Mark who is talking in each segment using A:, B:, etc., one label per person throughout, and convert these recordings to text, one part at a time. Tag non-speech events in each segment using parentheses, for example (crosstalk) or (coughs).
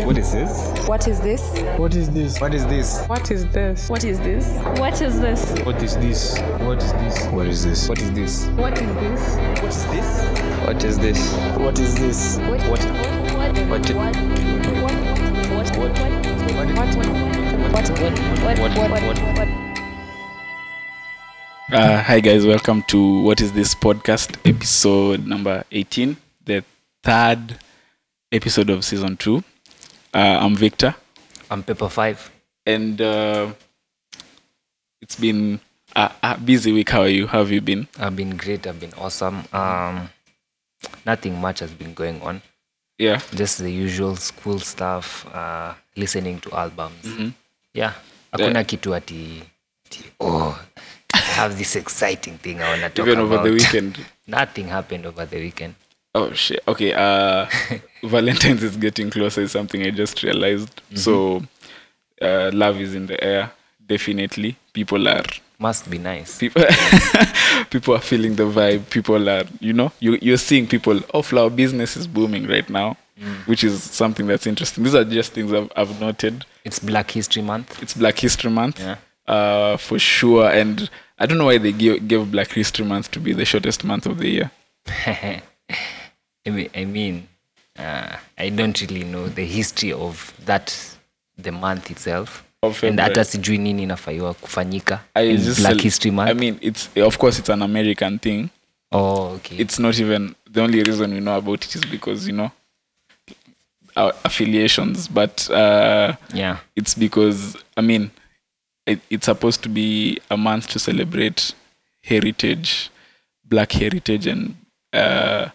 A: What is this?
B: What is this?
C: What is this?
A: What is this?
D: What is this?
B: What is this?
E: What is this?
C: What is this? What is this?
A: What is this? What is this?
B: What is this?
A: What is this?
C: What is this?
B: What? What? What?
A: What? What?
B: What? What? What? What? What?
A: What?
B: What?
A: What?
B: What?
F: Uh, hi guys, welcome to what is this podcast episode number 18, the third episode of season two. Uh, I'm Victor,
G: I'm Pepper Five.
F: and uh, it's been a, a busy week. How are you? How have you been?
G: I've been great. I've been awesome. Um, nothing much has been going on.
F: Yeah,
G: Just the usual school stuff. Uh, listening to albums. Yeah. Hakuna
F: Mm-hmm. Yeah.
G: kitu ati, ati oh, I have this exciting thing I wanna talk
F: even over
G: about.
F: the
G: (laughs)
F: weekend.
G: Nothing happened over the weekend.
F: Oh shit. Okay.
G: (laughs)
F: Uh, Valentine's is getting closer. Is something I just realized.
G: Mm-hmm.
F: So, uh, love is in the air. Definitely, people are
G: Must be nice.
F: people (laughs) people are feeling the vibe people are you know you, you're seeing people oh flower business is booming right now
G: Mm.
F: which is something that's interesting these are just things I've, I've noted
G: It's Black History Month.
F: it's black history month
G: Yeah.
F: uh, for sure and i don't know why they gave, gave black history month to be the shortest month of the year
G: I mean, I, mean uh, I don't really know the history of that the month itself
F: Of
G: and
F: February.
G: hata sijui nini inafaiwa kufanyika
F: I
G: in
F: just
G: black
F: cel-
G: history month
F: i mean it's of course it's an american thing
G: oh, okay.
F: it's not even the only reason we know about it is because you know our affiliations but uh
G: yeah
F: it's because I mean, it, it's supposed to be a month to celebrate heritage, black heritage, and uh,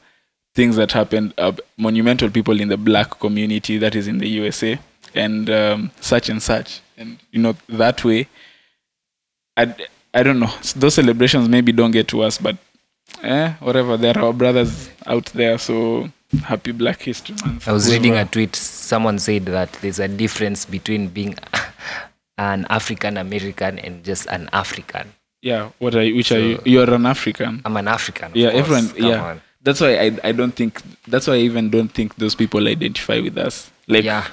F: things that happened. Uh, monumental people in the black community that is in the USA, and um, such and such, and you know that way. I I don't know. Those celebrations maybe don't get to us, but eh, whatever. There are our brothers out there, so happy Black History Month.
G: i was reading
F: Whoever-
G: a tweet someone said that there's a difference between being (laughs) an african american and just an african
F: Yeah, what are you, which are you? You're an African.
G: i'm an african of
F: yeah
G: course.
F: everyone
G: Come
F: yeah
G: on.
F: that's why I, I don't think that's why i even don't think those people identify with us like
G: Yeah.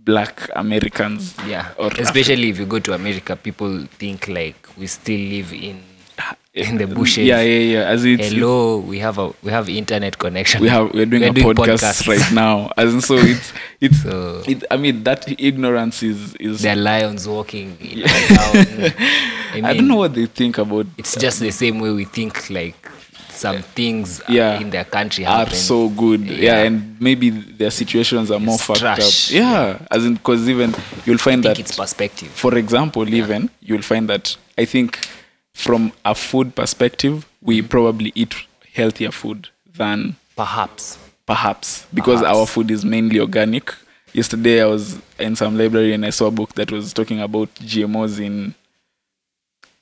F: black americans
G: yeah
F: or
G: especially if you go to america people think like we still live in
F: Af-
G: in the bushes
F: Ah, Eh, yeah yeah yeah as it's
G: hello we have a we have internet connection
F: we have we're doing a podcast
G: podcasts.
F: right now and so
G: (laughs)
F: it's it's
G: So-
F: it, i mean that ignorance is is
G: (laughs) there are lions walking in our
F: (laughs)
G: town. I,
F: I
G: mean,
F: don't know what they think about
G: it's just the same way we think like some things are
F: Yeah.
G: in their country
F: are
G: happen.
F: so good yeah.
G: Yeah.
F: and maybe their situations are more
G: It's
F: fucked
G: trash.
F: up yeah, as in because even you'll find
G: I think
F: that
G: it's perspective
F: for example even you'll find that i think from a food perspective we
G: Mm-hmm.
F: probably eat healthier food than
G: perhaps
F: perhaps because
G: Perhaps.
F: our food is mainly organic yesterday i was in some library and i saw a book that was talking about gmos in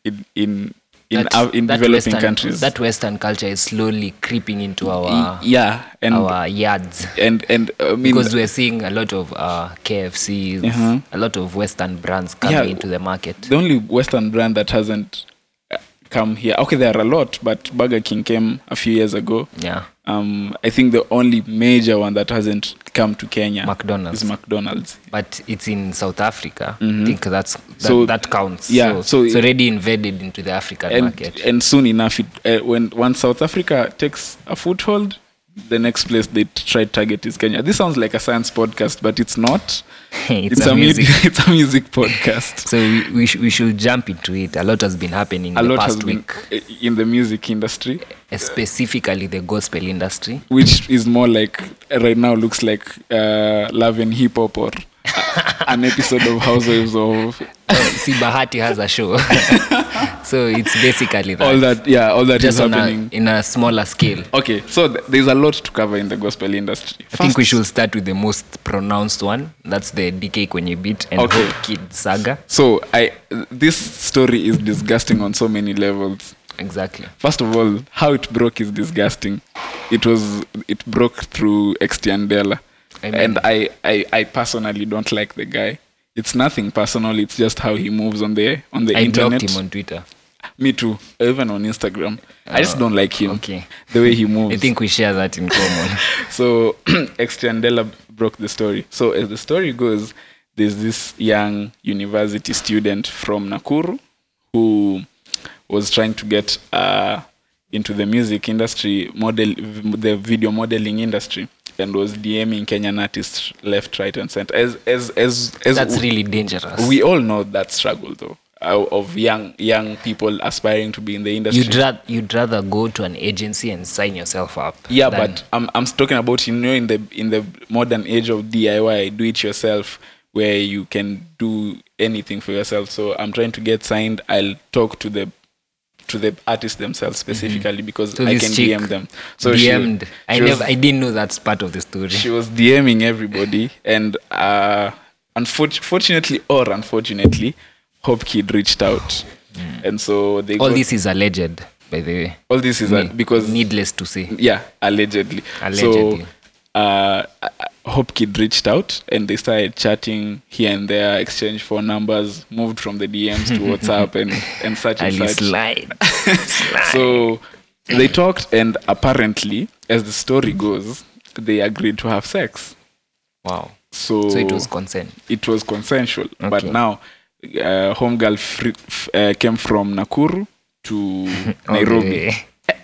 F: in in in,
G: That-
F: our- in
G: that
F: developing
G: Western-
F: countries
G: that western culture is slowly creeping into our
F: yeah and
G: our yards
F: and and uh, i mean
G: Oh, because we're seeing a lot of uh, KFCs,
F: Mhm.
G: a lot of Western brands coming
F: Yeah.
G: into the market.
F: the only Western brand that hasn't uh, come here. Okay, there are a lot, but Burger King came a few years ago.
G: Yeah.
F: Um, I think the only major one that hasn't come to Kenya
G: McDonald's.
F: is McDonald's.
G: but it's in South Africa. I think that's that,
F: Mm-hmm. So-
G: that counts.
F: yeah,
G: so,
F: so
G: it's
F: it-
G: already invaded into the African
F: And
G: market.
F: and soon enough, it, uh, when once South Africa takes a foothold, the next place they t- try to target is Kenya. This sounds like a science podcast, but it's not.
G: (laughs) It's a music.
F: (laughs) it's a music podcast.
G: so we we, sh- we should jump into it. A lot has been happening
F: a
G: in the
F: lot
G: past
F: has been
G: week,
F: uh, in the music industry.
G: specifically the gospel
F: (laughs)
G: industry.
F: which is more like right now looks like uh, love and hip hop or a- an episode of Housewives of
G: Uh, See, Bahati has a
F: (laughs)
G: show, so it's basically that.
F: all that. Yeah, all that is
G: just on a,
F: happening.
G: in a smaller scale.
F: Okay, so th- there's a lot to cover in the gospel industry.
G: I think we should start with the most pronounced one. That's the DK Kwenye beat and
F: Okay.
G: Hope Kid saga.
F: So I, this story is disgusting on so many levels.
G: Exactly.
F: First of all, how it broke is disgusting. It was it broke through Extiandela,
G: I mean-
F: and I, I I personally don't like the guy. It's nothing personal. It's just how he moves on the on the
G: I
F: internet.
G: blocked him on Twitter.
F: Me too. Even on Instagram. I just
G: Oh,
F: don't like him.
G: okay. (laughs)
F: The way he moves. (laughs) (clears throat)
G: I think we share that in common.
F: so Extiandela broke the story. So as the story goes, there's this young university student from Nakuru who was trying to get uh, into the music industry, model the video modeling industry, and was DMing Kenyan artists left, right, and center. As as as as
G: That's really dangerous.
F: we all know that struggle though uh, of young young people aspiring to be in the industry.
G: you'd, ra- you'd rather go to an agency and sign yourself up.
F: yeah
G: than-
F: but I'm, I'm talking about you know in the in the modern age of diy do it yourself where you can do anything for yourself so i'm trying to get signed i'll talk to the to the artists themselves
G: Mm-hmm.
F: specifically because
G: So
F: i
G: this
F: can
G: chick
F: dm them so she-
G: DM'd.
F: she,
G: I
F: was-
G: never, I didn't know that's part of the story.
F: she was DMing everybody, and uh, unfortunately, fortunately or unfortunately, Hope Kid reached out, and so they
G: Mm. All
F: got-
G: this is alleged, by the way.
F: all this is
G: Ne-
F: a, because
G: needless to say,
F: yeah, allegedly.
G: Allegedly.
F: So, uh, uh, Hope Kid reached out and they started chatting here and there, exchanged phone numbers, moved from the DMs
G: (laughs)
F: to WhatsApp and and such and
G: Ali
F: such
G: slide.
F: (laughs) so they talked and apparently as the story goes they agreed to have sex
G: wow.
F: so
G: So it was consent.
F: it was consensual but
G: Okay.
F: now uh, homegirl fr- f- uh, came from nakuru
G: (laughs)
F: to
G: All the
F: nairobi
G: way.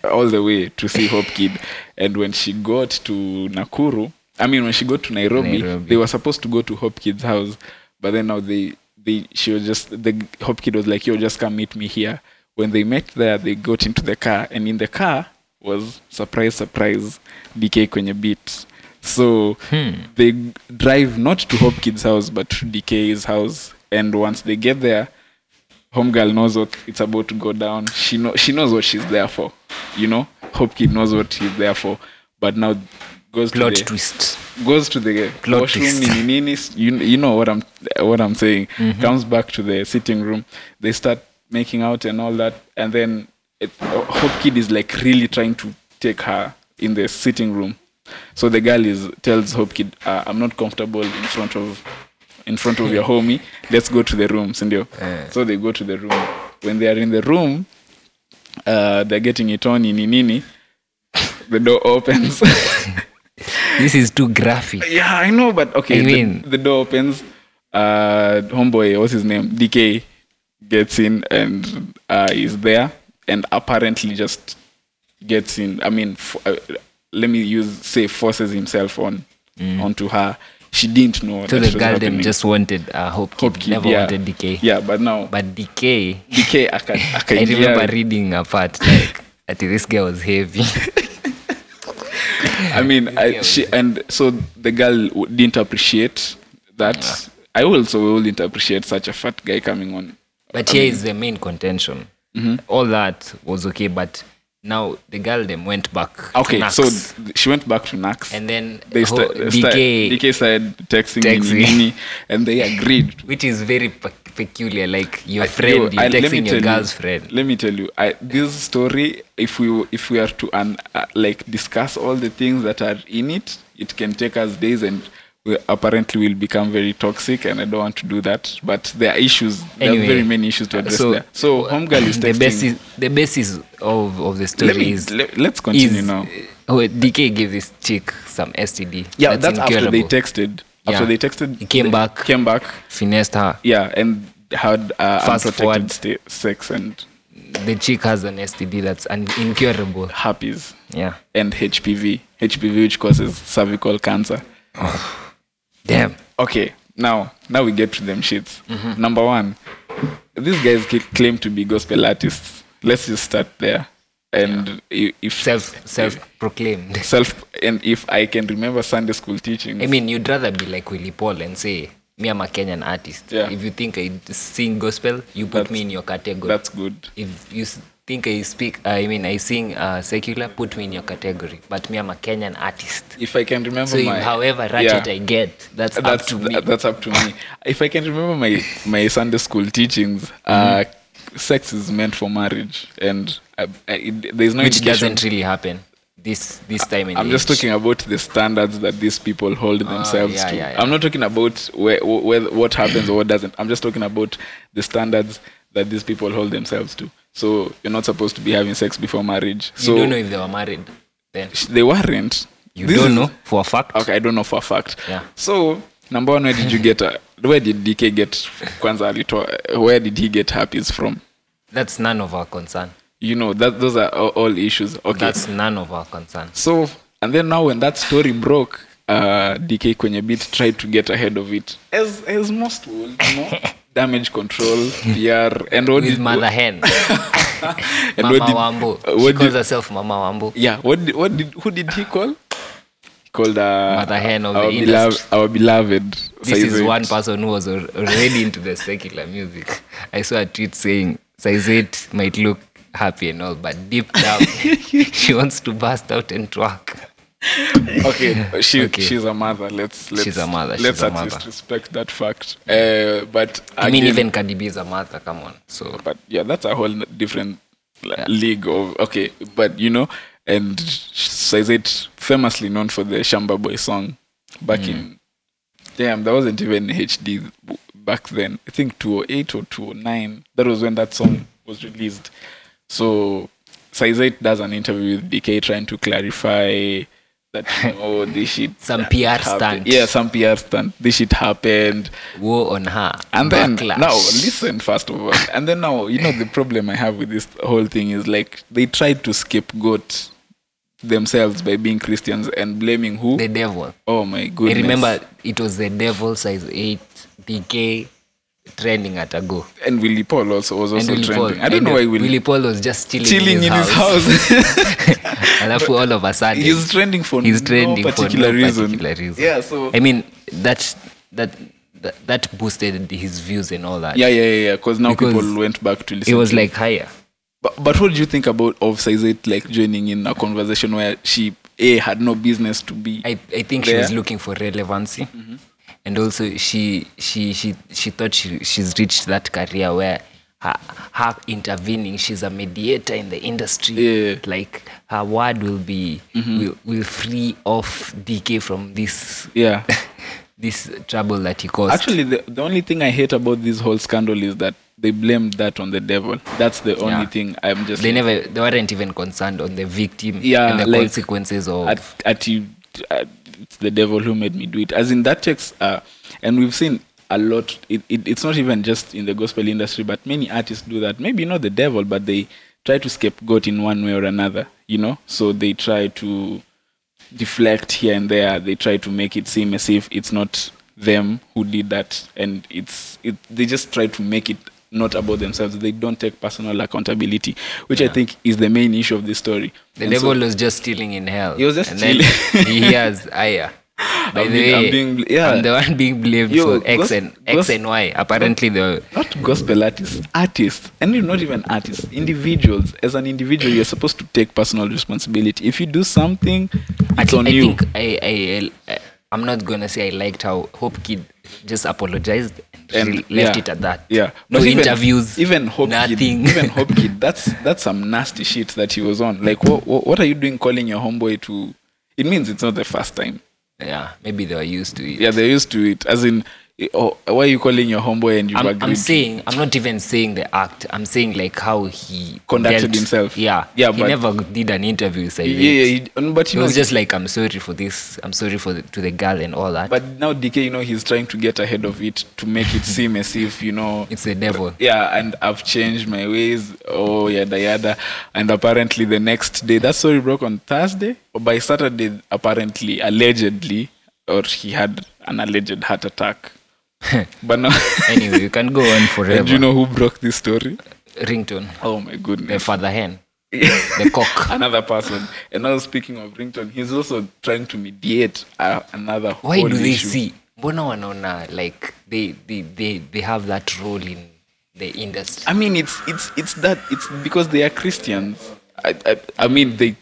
F: (laughs) all the way to see hope kid and when she got to nakuru i mean when she got to nairobi,
G: Nairobi.
F: they were supposed to go to hope kid's house but then now they they she was just the g- hope kid was like yo just come meet me here when they met there they got into the car and in the car was surprise surprise dk kwenye beat so they g- drive not to hope kid's house but to dk's house and once they get there homegirl knows what it's about to go down. She know she knows what she's there for. You know, Hope Kid knows what he's there for. But now goes
G: Plot
F: to the,
G: twist.
F: goes to the
G: Plot
F: washroom.
G: twist. Mm-hmm.
F: Nini, nini, s- you, you know what I'm what I'm saying. Comes back to the sitting room. They start making out and all that, and then it, Hope Kid is like really trying to take her in the sitting room. So the girl is tells Hope Kid, uh, "I'm not comfortable in front of in front
G: (laughs)
F: of your homie. Let's go to the room, Sindio."
G: Eh.
F: So they go to the room. When they are in the room, uh, they're getting it on, nini, nini. The door opens. (laughs)
G: This is too graphic.
F: Yeah, I know, but okay.
G: I
F: the-
G: mean-
F: the, door opens. Uh, homeboy, what's his name? DK gets in and uh, is there, and apparently just gets in. I mean, f- uh, let me use say forces himself on onto her. She didn't know.
G: Mm. So
F: that was
G: the girl then
F: happening.
G: just wanted uh, Hope Kid,
F: Hope kid,
G: never
F: yeah.
G: wanted Decay.
F: Yeah, but now
G: But Decay,
F: DK aka, aka
G: (laughs) I remember reading a part like, (laughs) that this guy was heavy.
F: I mean, I, she and so the girl w- didn't appreciate that. I also wouldn't appreciate such a fat guy coming on.
G: But here is the main contention.
F: Mm-hmm.
G: All that was okay, but now the girl then went back.
F: Okay,
G: to
F: so
G: Nax.
F: th- she went back to Nax.
G: and then
F: they
G: ho-
F: sta- sta-
G: DK,
F: DK started texting,
G: Texting.
F: Nini, Nini, and they agreed.
G: which is very pe- peculiar. Like (laughs) your
F: I-
G: friend,
F: yo,
G: you're
F: I- let me
G: texting
F: tell
G: your
F: you-
G: girl's friend.
F: Let me tell you, I, this story, if we w- if we are to un, uh, like discuss all the things that are in it, it can take us days, and we apparently will become very toxic. And I don't want to do that. But there are issues. there
G: Anyway,
F: are very many issues to address.
G: so-
F: there. so homegirl is
G: (laughs) The
F: texting.
G: basis, the basis of, of the story
F: let me
G: is
F: let, us continue
G: is,
F: now.
G: Oh, DK gave this chick some STD.
F: Yeah, that's, after they
G: incurable.
F: texted. After
G: Yeah.
F: they texted,
G: He came
F: they
G: back.
F: Came back.
G: finessed her.
F: yeah and had uh,
G: Fast
F: unprotected
G: forward.
F: sta- sex and
G: The chick has an STD that's un- incurable.
F: herpes
G: Yeah,
F: and hpv hpv which causes cervical cancer
G: damn.
F: okay now now we get to them shits
G: Mm-hmm.
F: number one these guys ca- claim to be gospel artists let's just start there and i if
G: Self self proclaimed.
F: self and if i can remember sunday school teaching
G: I mean, you'd rather be like Willie Paul and say, "Me, I'm a Kenyan artist.
F: Yeah.
G: If you think I sing gospel, you put
F: That's-
G: me in your category.
F: that's good
G: if you s- think I speak, I mean, I sing uh, secular, put me in your category. But me, I'm a Kenyan artist.
F: if i can remember
G: So, if,
F: my,
G: however ratchet
F: Yeah.
G: I get, that's, up
F: that's
G: to me.
F: tha- that's up to
G: (laughs)
F: me. If I can remember my my Sunday school teachings, uh,
G: Mm-hmm.
F: sex is meant for marriage, and I, I, it, there's no
G: which
F: indication-
G: doesn't really happen this this time in
F: I'm just talking about the standards that these people hold themselves
G: Oh, yeah,
F: to.
G: yeah, yeah.
F: I'm not talking about where, where what happens or what doesn't. I'm just talking about the standards that these people hold themselves to. So you're not supposed to be having sex before marriage.
G: You
F: So
G: don't know if they were married then.
F: sh- they weren't.
G: you
F: This
G: don't
F: is-
G: know for a fact.
F: okay i don't know for a fact
G: Yeah.
F: so number one where did you get uh, where did dk get kwanza alitoa where did he get happies from
G: That's none of our concern.
F: you know that those are all, all issues okay
G: That's none of our concern.
F: so and then now when that story broke uh, dk kwenye bit tried to get ahead of it as, as most would you
G: (laughs)
F: know damage control pr and what
G: With
F: did,
G: Mother Hen.
F: (laughs) and what
G: Mama
F: did, uh,
G: Wambu. She
F: what
G: calls
F: did,
G: herself Mama Wambu.
F: yeah what did, what did who did he call he called uh,
G: Mother Hen of
F: our,
G: the
F: beloved,
G: industry.
F: our beloved
G: This is
F: Saizeet.
G: one person who was al- already into the secular music. I saw a tweet saying Saizet might look happy and all, but deep down (laughs) she wants to bust out and twerk. (laughs)
F: okay, she,
G: Okay.
F: she's a mother. Let's let's
G: She's a mother,
F: Let's
G: she's a
F: at least
G: mother.
F: respect that fact. Uh, but
G: I mean,
F: again-
G: even Cardi B is a mother. Come on, so
F: but yeah, that's a whole n- different like, league of okay. But you know, and Saizet famously known for the Shamba Boy song back in damn that wasn't even HD w- back then. I think 208 or 209. That was when that song was released. So Saizet does an interview with DK trying to clarify that
G: (laughs)
F: oh this shit
G: Some PR
F: happened.
G: stunt.
F: Yeah, some PR stunt. This shit happened
G: woe on her.
F: and then
G: Backlash.
F: now listen first of all and then now you know the problem i have with this whole thing is like they tried to scapegoat themselves by being christians and blaming who
G: the devil.
F: oh my goodness
G: I remember it was the devil size eight DK trending at a go.
F: and willie paul also was also
G: Willie
F: trending
G: Paul-
F: i don't
G: and
F: know why willie,
G: Willie Paul was just chilling,
F: chilling in his
G: (laughs)
F: house (laughs)
G: and after all of a sudden,
F: he's trending for
G: he's
F: no
G: trending
F: particular
G: for no
F: reason.
G: particular reason.
F: Yeah, so-
G: I mean that that that, that boosted his views and all that.
F: yeah yeah yeah because now
G: Because
F: people went back to listen
G: it was
F: to
G: like higher.
F: But, but what do you think about of Saizet like joining in a conversation where she a had no business to be?
G: I, I think she
F: there?
G: was looking for relevancy,
F: Mm-hmm.
G: and also she she she she thought she she's reached that career where her, her intervening, she's a mediator in the industry.
F: Yeah. Mm-hmm.
G: Like her word will be will, will free off DK from this (laughs)
F: yeah.
G: this trouble that he caused.
F: Actually, the, the only thing I hate about this whole scandal is that they blamed that on the devil. That's the only
G: Yeah.
F: thing I'm just.
G: they never they weren't even concerned on the victim
F: Yeah,
G: and the
F: like,
G: consequences of
F: At, at you, at, it's the devil who made me do it. As in that takes, uh, and we've seen a lot. It, it, it's not even just in the gospel industry, but many artists do that. Maybe not the devil, but they try to scapegoat in one way or another. You know, so they try to deflect here and there. They try to make it seem as if it's not them who did that, and it's it. They just try to make it not about themselves. They don't take personal accountability, which I think is the main issue of this story.
G: the
F: And so-
G: devil was just stealing in hell.
F: He was just
G: and then
F: chilling.
G: (laughs) he hears Aya. By
F: I'm
G: the
F: being- I'm
G: way,
F: being bl- yeah.
G: I'm the one being blamed
F: Yo,
G: for X
F: gos-
G: and X
F: gos-
G: and Y. Apparently, the
F: not gospel artists, artists, and you're not even artists, individuals. As an individual, you're supposed to take personal responsibility. If you do something, it's
G: I,
F: on
G: I
F: you.
G: think I, I, I I'm not gonna say I liked how Hope Kid just apologized and,
F: and
G: re- left
F: yeah,
G: it at that.
F: Yeah,
G: no
F: But even-
G: interviews,
F: Even Hope
G: nothing.
F: Kid,
G: (laughs)
F: even Hope Kid. That's that's some nasty shit that he was on. Like, what what are you doing calling your homeboy to? It means it's not the first time.
G: yeah, maybe they were used to it.
F: Yeah, they're used to it. As in, eh, oh, why are you calling your homeboy and you
G: I'm,
F: agreed?
G: I'm saying I'm not even saying the act. I'm saying like how he
F: Conducted himself.
G: Yeah,
F: Yeah,
G: He
F: but-
G: never did an interview. So
F: yeah, yeah, he- but
G: It
F: you know,
G: was just like I'm sorry for this. I'm sorry for the, to the girl and all that.
F: But now DK, you know, he's trying to get ahead of it to make it seem as if, you know,
G: it's the devil.
F: yeah, and I've changed my ways, oh, yada, yada. And apparently the next day, that story broke on Thursday, or by Saturday, apparently, allegedly, or he had an alleged heart
G: (laughs)
F: attack. but now,
G: anyway, you can go on forever.
F: (laughs) and you know who broke this story?
G: Ringtone,
F: Oh my
G: the
F: goodness.
G: father hen,
F: (laughs)
G: the cock.
F: Another person. And now speaking of Rington, he's also trying to mediate uh, another
G: Why
F: whole
G: do they
F: issue.
G: see? Mbona wanaona like they they, they they have that role in the industry.
F: I mean, it's it's it's that it's because they are Christians. I I, I mean they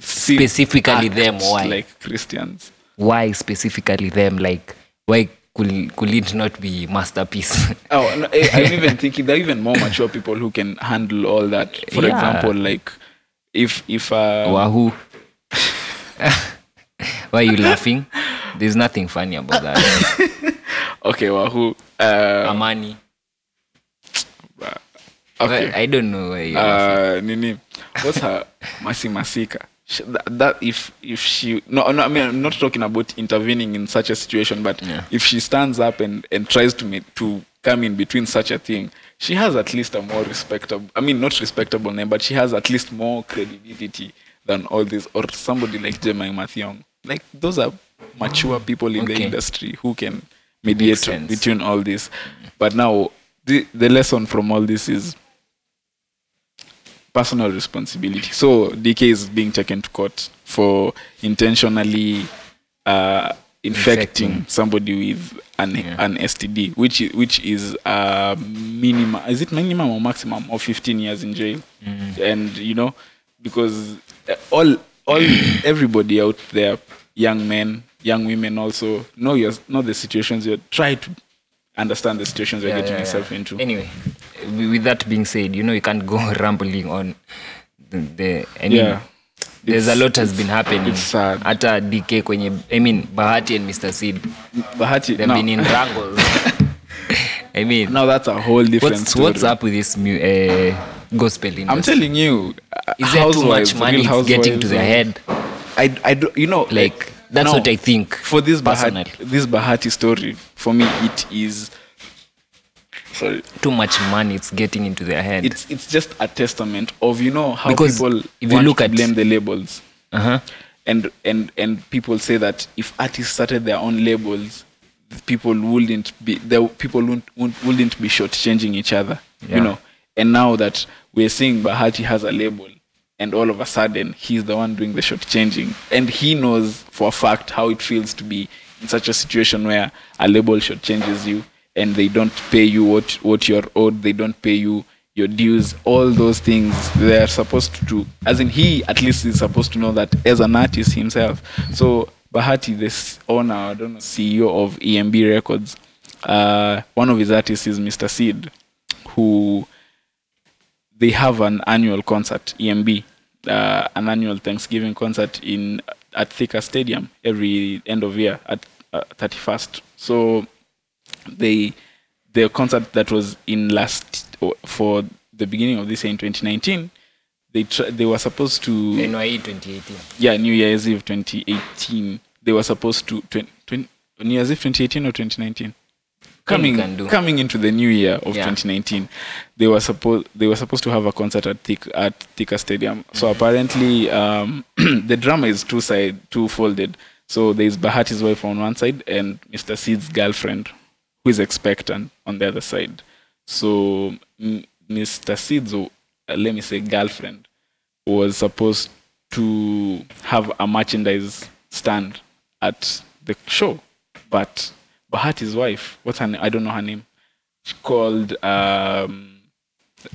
F: see-
G: Specifically
F: act
G: them, why?
F: like Christians?
G: Why specifically them? Like why could could it not be masterpiece? (laughs)
F: Oh, no, I, I'm even thinking there are even more mature people who can handle all that. For
G: Yeah.
F: example, like if if uh,
G: Wahoo. (laughs) Why are you laughing? There's nothing funny
F: (laughs)
G: about that.
F: okay, Wahoo, uh,
G: Amani.
F: okay,
G: Um, Well, I don't know why. you
F: Ah, uh, Nini, what's her Masi Masika? Sh that, that if if she no, no I mean I'm not talking about intervening in such a situation, but
G: Yeah.
F: if she stands up and and tries to make, to come in between such a thing, she has at least a more respectable. I mean, not respectable name, but she has at least more credibility than all this or somebody like Jemai Mathiong. Like those are mature people in the
G: Okay.
F: industry who can mediate
G: sense.
F: between all this. But now the the lesson from all this is personal responsibility. So DK is being taken to court for intentionally uh, infecting,
G: Infecting.
F: somebody with an
G: Yeah.
F: an STD, which i- which is a minimum. Is it minimum or maximum of 15 years in jail?
G: Mm-hmm.
F: And you know, because uh, all all
G: (coughs)
F: everybody out there, young men, young women, also know your know the situations you're try to understand the situations you're
G: Yeah,
F: getting
G: yeah,
F: yourself
G: yeah.
F: into.
G: Anyway, wi- with that being said, you know, you can't go (laughs) rambling on the. the I mean,
F: Yeah.
G: There's
F: It's-
G: a lot has been happening.
F: it's sad.
G: Hata DK kwenye, I mean, Bahati and Mr. Sid,
F: Bahati,
G: they've
F: now-
G: been in wrangles. I mean,
F: (laughs) Now that's a whole different
G: what's,
F: story.
G: what's up with this mu- uh, gospel industry?
F: I'm telling you, uh,
G: Is there too
F: housewives,
G: much money
F: real
G: it's getting to
F: housewives,
G: their head?
F: I, I do, you know,
G: Like, that's
F: now,
G: what I think.
F: For this Bahati,
G: personally.
F: this Bahati story, for me, it is. Sorry,
G: Too much money it's getting into their head.
F: it's it's just a testament of you know how
G: Because
F: people
G: if you
F: want
G: look
F: to
G: at-
F: blame the labels.
G: uh-huh.
F: and and and people say that if artists started their own labels the people wouldn't be the people wouldn't wouldn't- wouldn't be shortchanging each other
G: Yeah.
F: you know and now that we're seeing bahati has a label and all of a sudden he's the one doing the shortchanging and he knows for a fact how it feels to be in such a situation where a label shortchanges you and they don't pay you what what you're owed they don't pay you your dues, all those things they're supposed to do. As in, he at least is supposed to know that as an artist himself. So, Bahati, this owner, I don't know, CEO of EMB Records, uh, one of his artists is Mr. Seed, who they have an annual concert, EMB, uh, an annual Thanksgiving concert in at Thika Stadium every end of year at uh, 31st. So, they the concert that was in last for the beginning of this year in 2019 they tr- they were supposed to
G: NYE 2018.
F: yeah new year's eve 2018 they were supposed to twen- twen- new year's eve 2018 or 2019 coming
G: can do.
F: coming into the new year of
G: Yeah.
F: 2019 they were supposed they were supposed to have a concert at Thik- at Thika Stadium so
G: Mm-hmm.
F: apparently um, (clears throat) the drama is two side two folded so there's Bahati's wife on one side and Mr Seed's girlfriend who is expectant on the other side so m- Mr Seed's uh, let me say girlfriend was supposed to have a merchandise stand at the show, but Bahati's wife, what's her name? I don't know her name. She called, um,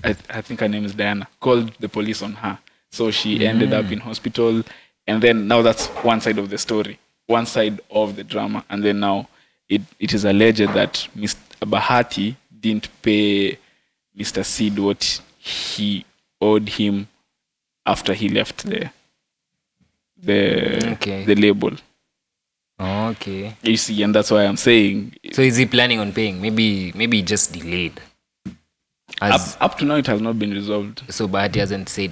F: I, I think her name is Diana, called the police on her. So she ended up in hospital. And then now that's one side of the story, one side of the drama. And then now it, it is alleged that Mr. Bahati didn't pay Mr. Sid what he owed him after he left the the
G: Okay.
F: the label.
G: Okay.
F: You see, and that's why I'm saying
G: So is he planning on paying? Maybe maybe he just delayed.
F: up,
G: As,
F: up to now it has not been resolved.
G: so Bahati hasn't said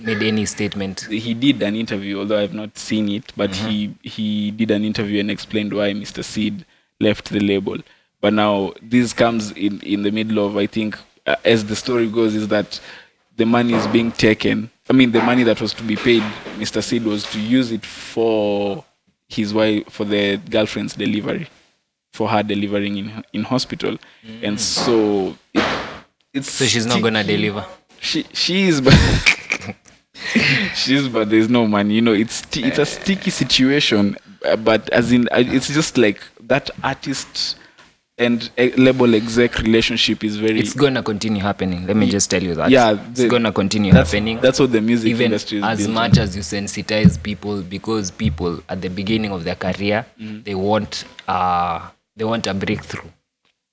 G: made any statement.
F: He did an interview, although I've not seen it, but
G: Mm-hmm.
F: he he did an interview and explained why Mr. Seed left the label. But now this comes in in the middle of I think uh, as the story goes is that the money is being taken. I mean, the money that was to be paid, Mr. Seed was to use it for his wife for the girlfriend's delivery. for her delivering in in hospital, and so it, it's
G: Mm. So she's not gonna
F: sticky.
G: deliver.
F: She she is, but (laughs) she's but there's no money. You know, it's sti-
G: Eh.
F: it's a sticky situation. uh, But as in, uh, it's just like that artist and uh, label exec relationship is very.
G: It's gonna continue happening. Let me just tell you that.
F: yeah,
G: it's
F: the-
G: gonna continue
F: that's-
G: happening.
F: that's what the music
G: Even
F: industry is
G: as
F: built
G: much as you sensitize people, because people at the beginning of their career
F: Mm.
G: they want uh they want a breakthrough,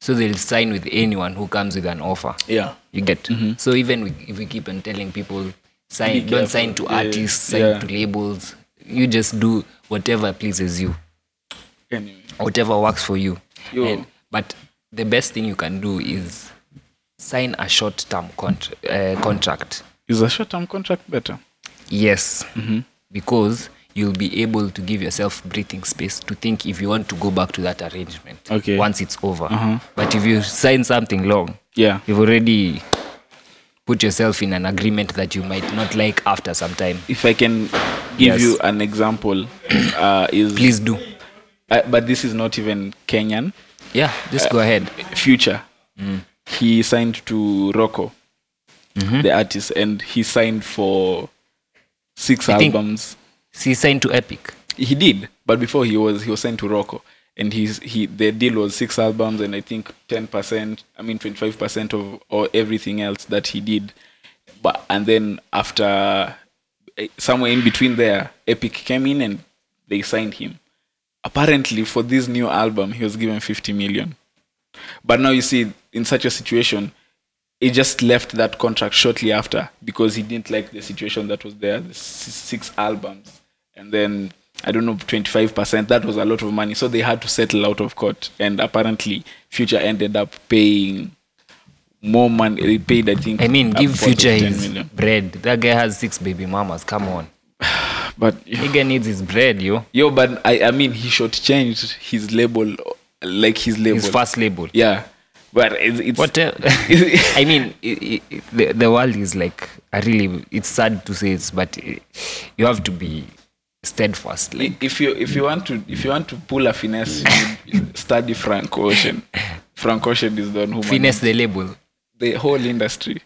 G: so they'll sign with anyone who comes with an offer.
F: yeah. Mm-hmm.
G: You get. So even we, if we keep on telling people sign,
F: Be
G: don't
F: careful.
G: sign to
F: Yeah,
G: artists, sign
F: yeah.
G: to labels. You just do whatever pleases you,
F: Anyway,
G: whatever works for you.
F: Yo.
G: but the best thing you can do is sign a short-term contr uh, contract.
F: is a short term contract better?
G: Yes, because you'll be able to give yourself breathing space to think if you want to go back to that arrangement
F: Okay. Uh-huh.
G: once it's over. But if you sign something long,
F: Yeah.
G: you've already put yourself in an agreement that you might not like after some time.
F: If I can give
G: Yes.
F: you an example, (clears throat) uh, is
G: Please do.
F: uh, but this is not even Kenyan.
G: Yeah,
F: Uh,
G: just go ahead.
F: Future.
G: Mm.
F: He signed to Rocco,
G: Mm-hmm.
F: the artist, and he signed for six
G: I think-
F: albums.
G: See, sign to Epic.
F: He did, but before he was he was signed to Rocco, and he's he the deal was six albums and I think ten percent, I mean twenty five percent of or everything else that he did, but and then after eh, somewhere in between there, Epic came in and they signed him. Apparently, for this new album, he was given fifty million. But now you see, in such a situation, he just left that contract shortly after because he didn't like the situation that was there. The s- six albums, and then I don't know, twenty-five percent. That was a lot of money, so they had to settle out of court. And apparently, Future ended up paying more money. He paid, I think.
G: I mean, give
F: upwards of
G: Future
F: 10
G: his
F: million.
G: bread. That guy has six baby mamas. Come on.
F: But
G: Nigga needs his bread, yo.
F: yo, but I, I mean, he shortchanged his label, like his label.
G: His first label.
F: yeah. But it's, it's
G: What? el- (laughs) I mean, i i the, the world is like I really. It's sad to say it's, but i you have to be steadfast. Like
F: I- (laughs) if you if you want to if you want to pull a finesse, you study Frank Ocean. Frank Ocean is the one who
G: finesse the label.
F: managed the whole industry.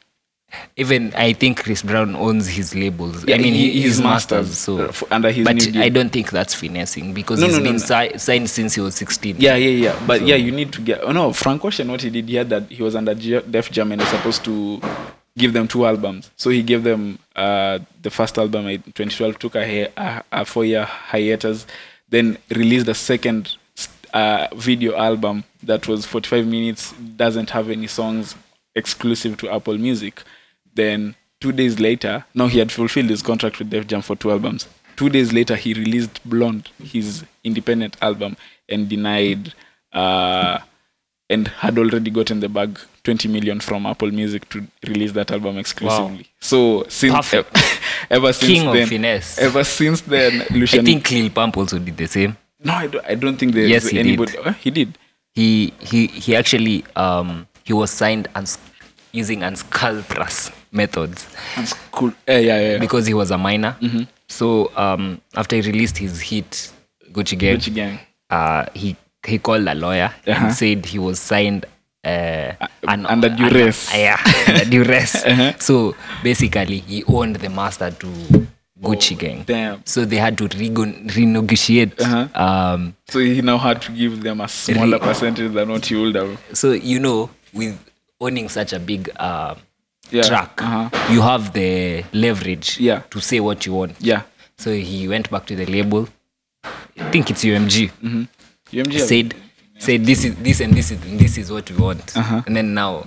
G: Even I think Chris Brown owns his labels.
F: Yeah,
G: I mean,
F: he-
G: he, his
F: his
G: masters.
F: masters,
G: So
F: uh, f- under his
G: but
F: new deal.
G: I don't think that's finessing because
F: No,
G: he's
F: no, no,
G: been
F: no.
G: si- signed since he was sixteen.
F: Yeah, yeah, yeah. But yeah, you need to get. Oh no, Frank Ocean. What he did here that he was under G- Def Jam and was supposed to give them two albums. So he gave them uh, the first album in 2012, took a, hi- a, a four-year hiatus, then released a second uh, video album that was 45 minutes, doesn't have any songs, exclusive to Apple Music. Then two days later, now he had fulfilled his contract with Def Jam for two albums. Two days later, he released Blonde, his independent album, and denied uh, and had already gotten the bag 20 million from Apple Music to release that album exclusively. So since
G: Perfect.
F: (laughs) ever since
G: King of
F: then,
G: finesse.
F: ever since then,
G: I
F: Lucian.
G: think Lil Pump also did the same.
F: no, I don't, I don't think there's
G: Yes, he did.
F: anybody. Oh, he did.
G: he he he actually um he was signed uns- using unscalpras methods
F: That's cool. Eh, yeah, yeah, Mm-hmm. yeah.
G: because he was a minor so um after he released his hit gucci gang,
F: Gucci Gang.
G: uh he he called a lawyer
F: Uh-huh.
G: and said he was signed uh, an,
F: under
G: an-
F: duress.
G: (laughs)
F: Uh-huh.
G: yeah, under
F: (laughs)
G: duress. So basically, he owned the master to Gucci Gang.
F: Oh, damn.
G: So they had to regon- renegotiate
F: Uh-huh.
G: um,
F: So he now had to give them a smaller
G: Re-
F: percentage than what he would have.
G: so you know with owning such a big uh,
F: Yeah,
G: truck
F: uh-huh.
G: you have the leverage
F: Yeah.
G: to say what you want
F: Yeah.
G: so he went back to the label i think it's umg
F: Mm-hmm. UMG have-
G: said said this is this and this is this is what we want
F: Uh-huh.
G: and then now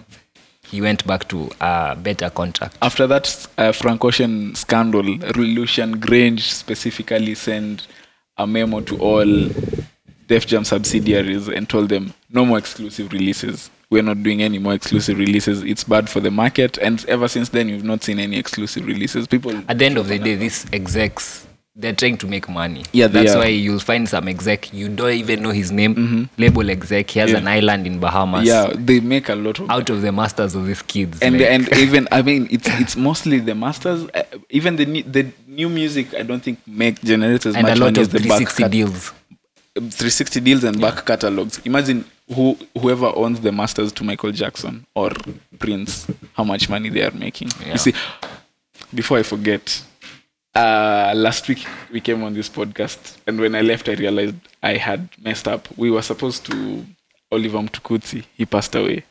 G: he went back to a better contract
F: after that uh, Frank Ocean scandal, Lucian Grange specifically sent a memo to all Def Jam subsidiaries and told them no more exclusive releases. We're not doing any more exclusive releases. It's bad for the market. And ever since then, you've not seen any exclusive releases. People,
G: at the end of the day these execs they're trying to make money
F: Yeah, they
G: that's
F: are. Mm-hmm.
G: why you'll find some exec you don't even know his name label exec he has an island in bahamas
F: yeah, they make a lot of
G: out of the masters of these kids.
F: and
G: like,
F: and even I mean it's it's mostly the masters. Uh, even the new, the new music, I don't think make generates as
G: (laughs) and
F: much
G: a lot
F: money as
G: of
F: the back
G: 360
F: cat-
G: deals.
F: 360 deals and back catalogs. Imagine who whoever owns the masters to Michael Jackson or Prince, how much money they are making.
G: Yeah.
F: You see, before I forget, uh, last week we came on this podcast, and when I left, I realized I had messed up. We were supposed to Oliver Mtukutsi, he passed away,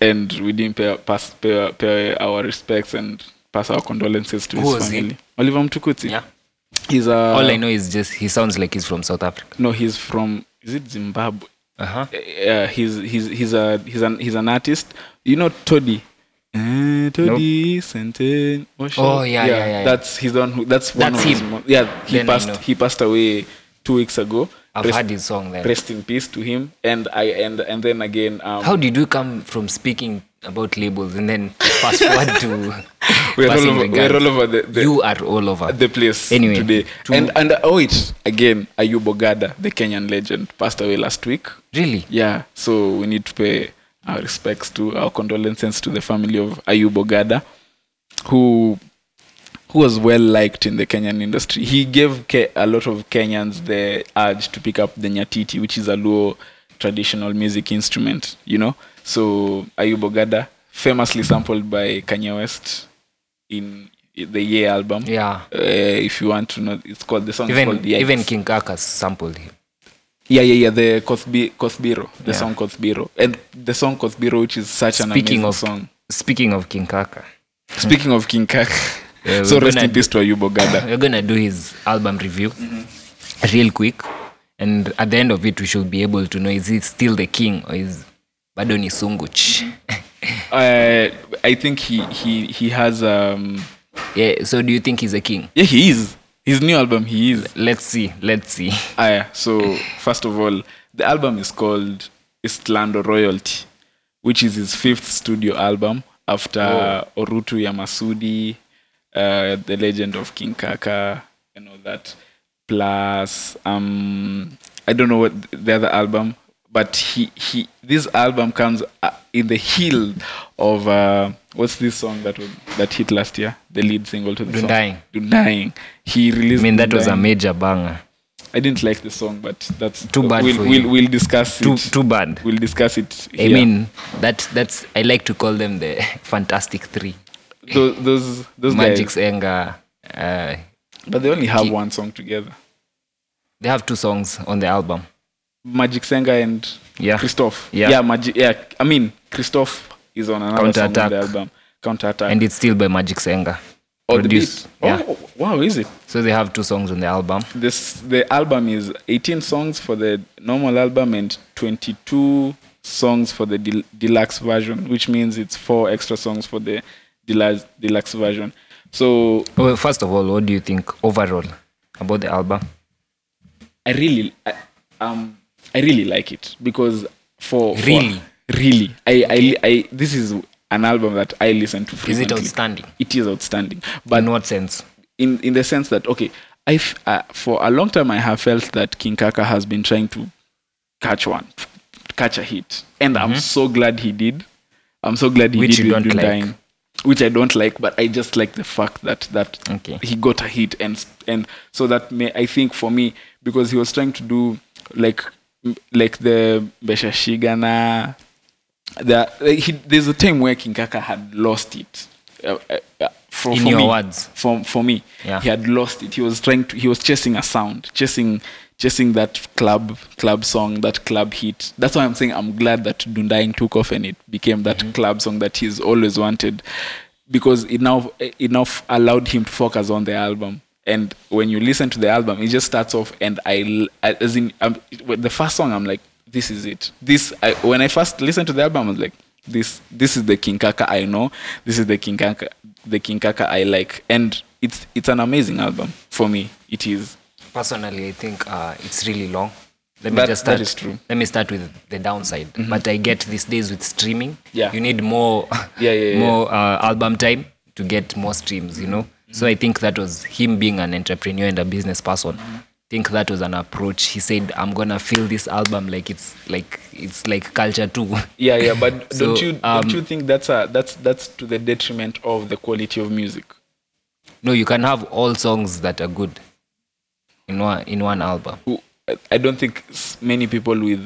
F: and we didn't pay, pass, pay, pay our respects and pass our condolences to
G: Who
F: his
G: was he?
F: family. Oliver Mtukutsi.
G: Yeah.
F: He's a
G: All I know is just he sounds like he's from South Africa.
F: no, he's from is it Zimbabwe?
G: Uh huh.
F: Uh, he's he's he's a he's an he's an artist. You know Toddy. Eh, Toddy Senten. Osho.
G: Oh, yeah, yeah, yeah, yeah.
F: That's he's on. Who, that's one
G: That's
F: of his.
G: him.
F: Mo- yeah, he
G: Then I know.
F: passed. He passed away two weeks ago.
G: I've
F: Rest-
G: heard his song there.
F: Rest in peace to him. And I and and then again. Um,
G: How did you come from speaking about labels and then
F: (laughs)
G: fast forward to
F: We're all
G: passing
F: over,
G: the
F: we're all
G: guns.
F: over the, the,
G: you are all over
F: the place
G: anyway
F: today.
G: to-
F: and and oh, it again, Ayub Ogada, the Kenyan legend, passed away last week.
G: really
F: Yeah, so we need to pay our respects to our condolences to the family of Ayub Ogada, who who was well liked in the Kenyan industry. He gave ke- a lot of Kenyans the urge to pick up the nyatiti, which is a Luo traditional music instrument. You know, so Ayub Ogada, famously sampled by Kanye West in the Ye album.
G: yeah
F: Uh, if you want to know, it's called the song. is
G: even
F: called Yikes.
G: even king kaka sampled him
F: Yeah, yeah, yeah. The Kothbi, Kothbiro, the
G: Yeah.
F: song Kothbiro, and the song Kothbiro, which is such an
G: speaking
F: amazing
G: of
F: song.
G: speaking of king kaka
F: Speaking of King Kak,
G: (laughs) Yeah,
F: so
G: we're
F: rest
G: gonna
F: in peace to Ayubo Gada.
G: (laughs) we're gonna do his album review real quick and at the end of it we should be able to know is he still the king or is bado ni sunguch
F: Uh, I think he he he has um
G: (laughs) yeah so do you think he's a king
F: yeah he is his new album he is
G: let's see let's see
F: Aya, so first of all, the album is called Istlando Royalty, which is his fifth studio album after
G: Oh.
F: Orutu Yamasudi, uh, The Legend of King Kaka, and all that. Plus, um, I don't know what the other album, but he, he this album comes uh, in the heel of uh, what's this song that was, that hit last year? The lead single to the
G: Dundying.
F: song. Dundying. He
G: i
F: released.
G: mean that was a
F: Dundying.
G: major banger
F: I didn't like the song, but that's
G: Too bad
F: We'll
G: for
F: we'll,
G: you.
F: we'll discuss
G: too
F: it.
G: too bad
F: We'll discuss it.
G: I
F: here.
G: mean that that's I like to call them the (laughs) Fantastic Three.
F: those those, those
G: Magic's
F: guys,
G: Anger. Uh,
F: but they only have one song together.
G: they have two songs on the album.
F: Magic Singer and
G: Yeah.
F: Christoph.
G: Yeah.
F: yeah, Magic. Yeah, I mean Christoph is on another song on
G: Counterattack.
F: the album. Counter attack
G: And it's still by Magic's Anger.
F: oh, the
G: produced,
F: beat.
G: yeah.
F: Oh, wow, is it?
G: So they have two songs on the album.
F: This the album is 18 songs for the normal album and 22 songs for the del- deluxe version, which means it's four extra songs for the deluxe deluxe version. So
G: Well, first of all, what do you think overall about the album?
F: I really, I, um, I really like it because for for-
G: Really?
F: really, I, I, I, this is an album that I listen to
G: Is it
F: frequently.
G: outstanding?
F: It is outstanding, but
G: In what sense?
F: in in the sense that okay, I f- uh, for a long time I have felt that King Kaka has been trying to catch one, catch a hit, and I'm so glad he did. I'm so glad he
G: Mm-hmm. Which
F: did
G: you
F: with
G: don't like.
F: Dying, which I don't like, but I just like the fact that that
G: Okay.
F: he got a hit and and so that may I think for me because he was trying to do like like the Beshashigana the like he, there's a time where King Kaka had lost it uh, uh, uh, for,
G: In
F: for
G: your
F: me,
G: words.
F: for for me
G: Yeah.
F: he had lost it he was trying to he was chasing a sound chasing chasing that club club song that club hit that's why I'm saying I'm glad that Dundying took off and it became that club song that he's always wanted because it now it now f- allowed him to focus on the album. And when you listen to the album, it just starts off, and I l- I- as in um, the first song, I'm like, this is it. This I, when I first listened to the album, I was like, this this is the King Kaka I know. This is the King Kaka the King Kaka I like, and it's it's an amazing album for me. It is.
G: Personally, I think uh, it's really long. Let me
F: That-
G: just
F: that
G: start.
F: is true. Mm-hmm.
G: Let me start with the downside. But I get these days with streaming.
F: Yeah.
G: You need more.
F: (laughs) Yeah, yeah, yeah.
G: More Uh, album time to get more streams. You know.
F: Mm-hmm.
G: So I think that was him being an entrepreneur and a business person.
F: Mm-hmm.
G: I think that was an approach. He said, "I'm gonna feel this album like it's like it's like culture too."
F: Yeah, yeah, (laughs) but
G: So,
F: don't you
G: um,
F: don't you think that's a that's that's to the detriment of the quality of music?
G: no, you can have all songs that are good in one in one album.
F: who- I don't think s- many people with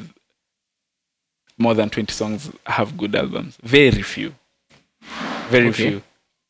F: more than 20 songs have good albums. Very few. Very
G: Okay.
F: few.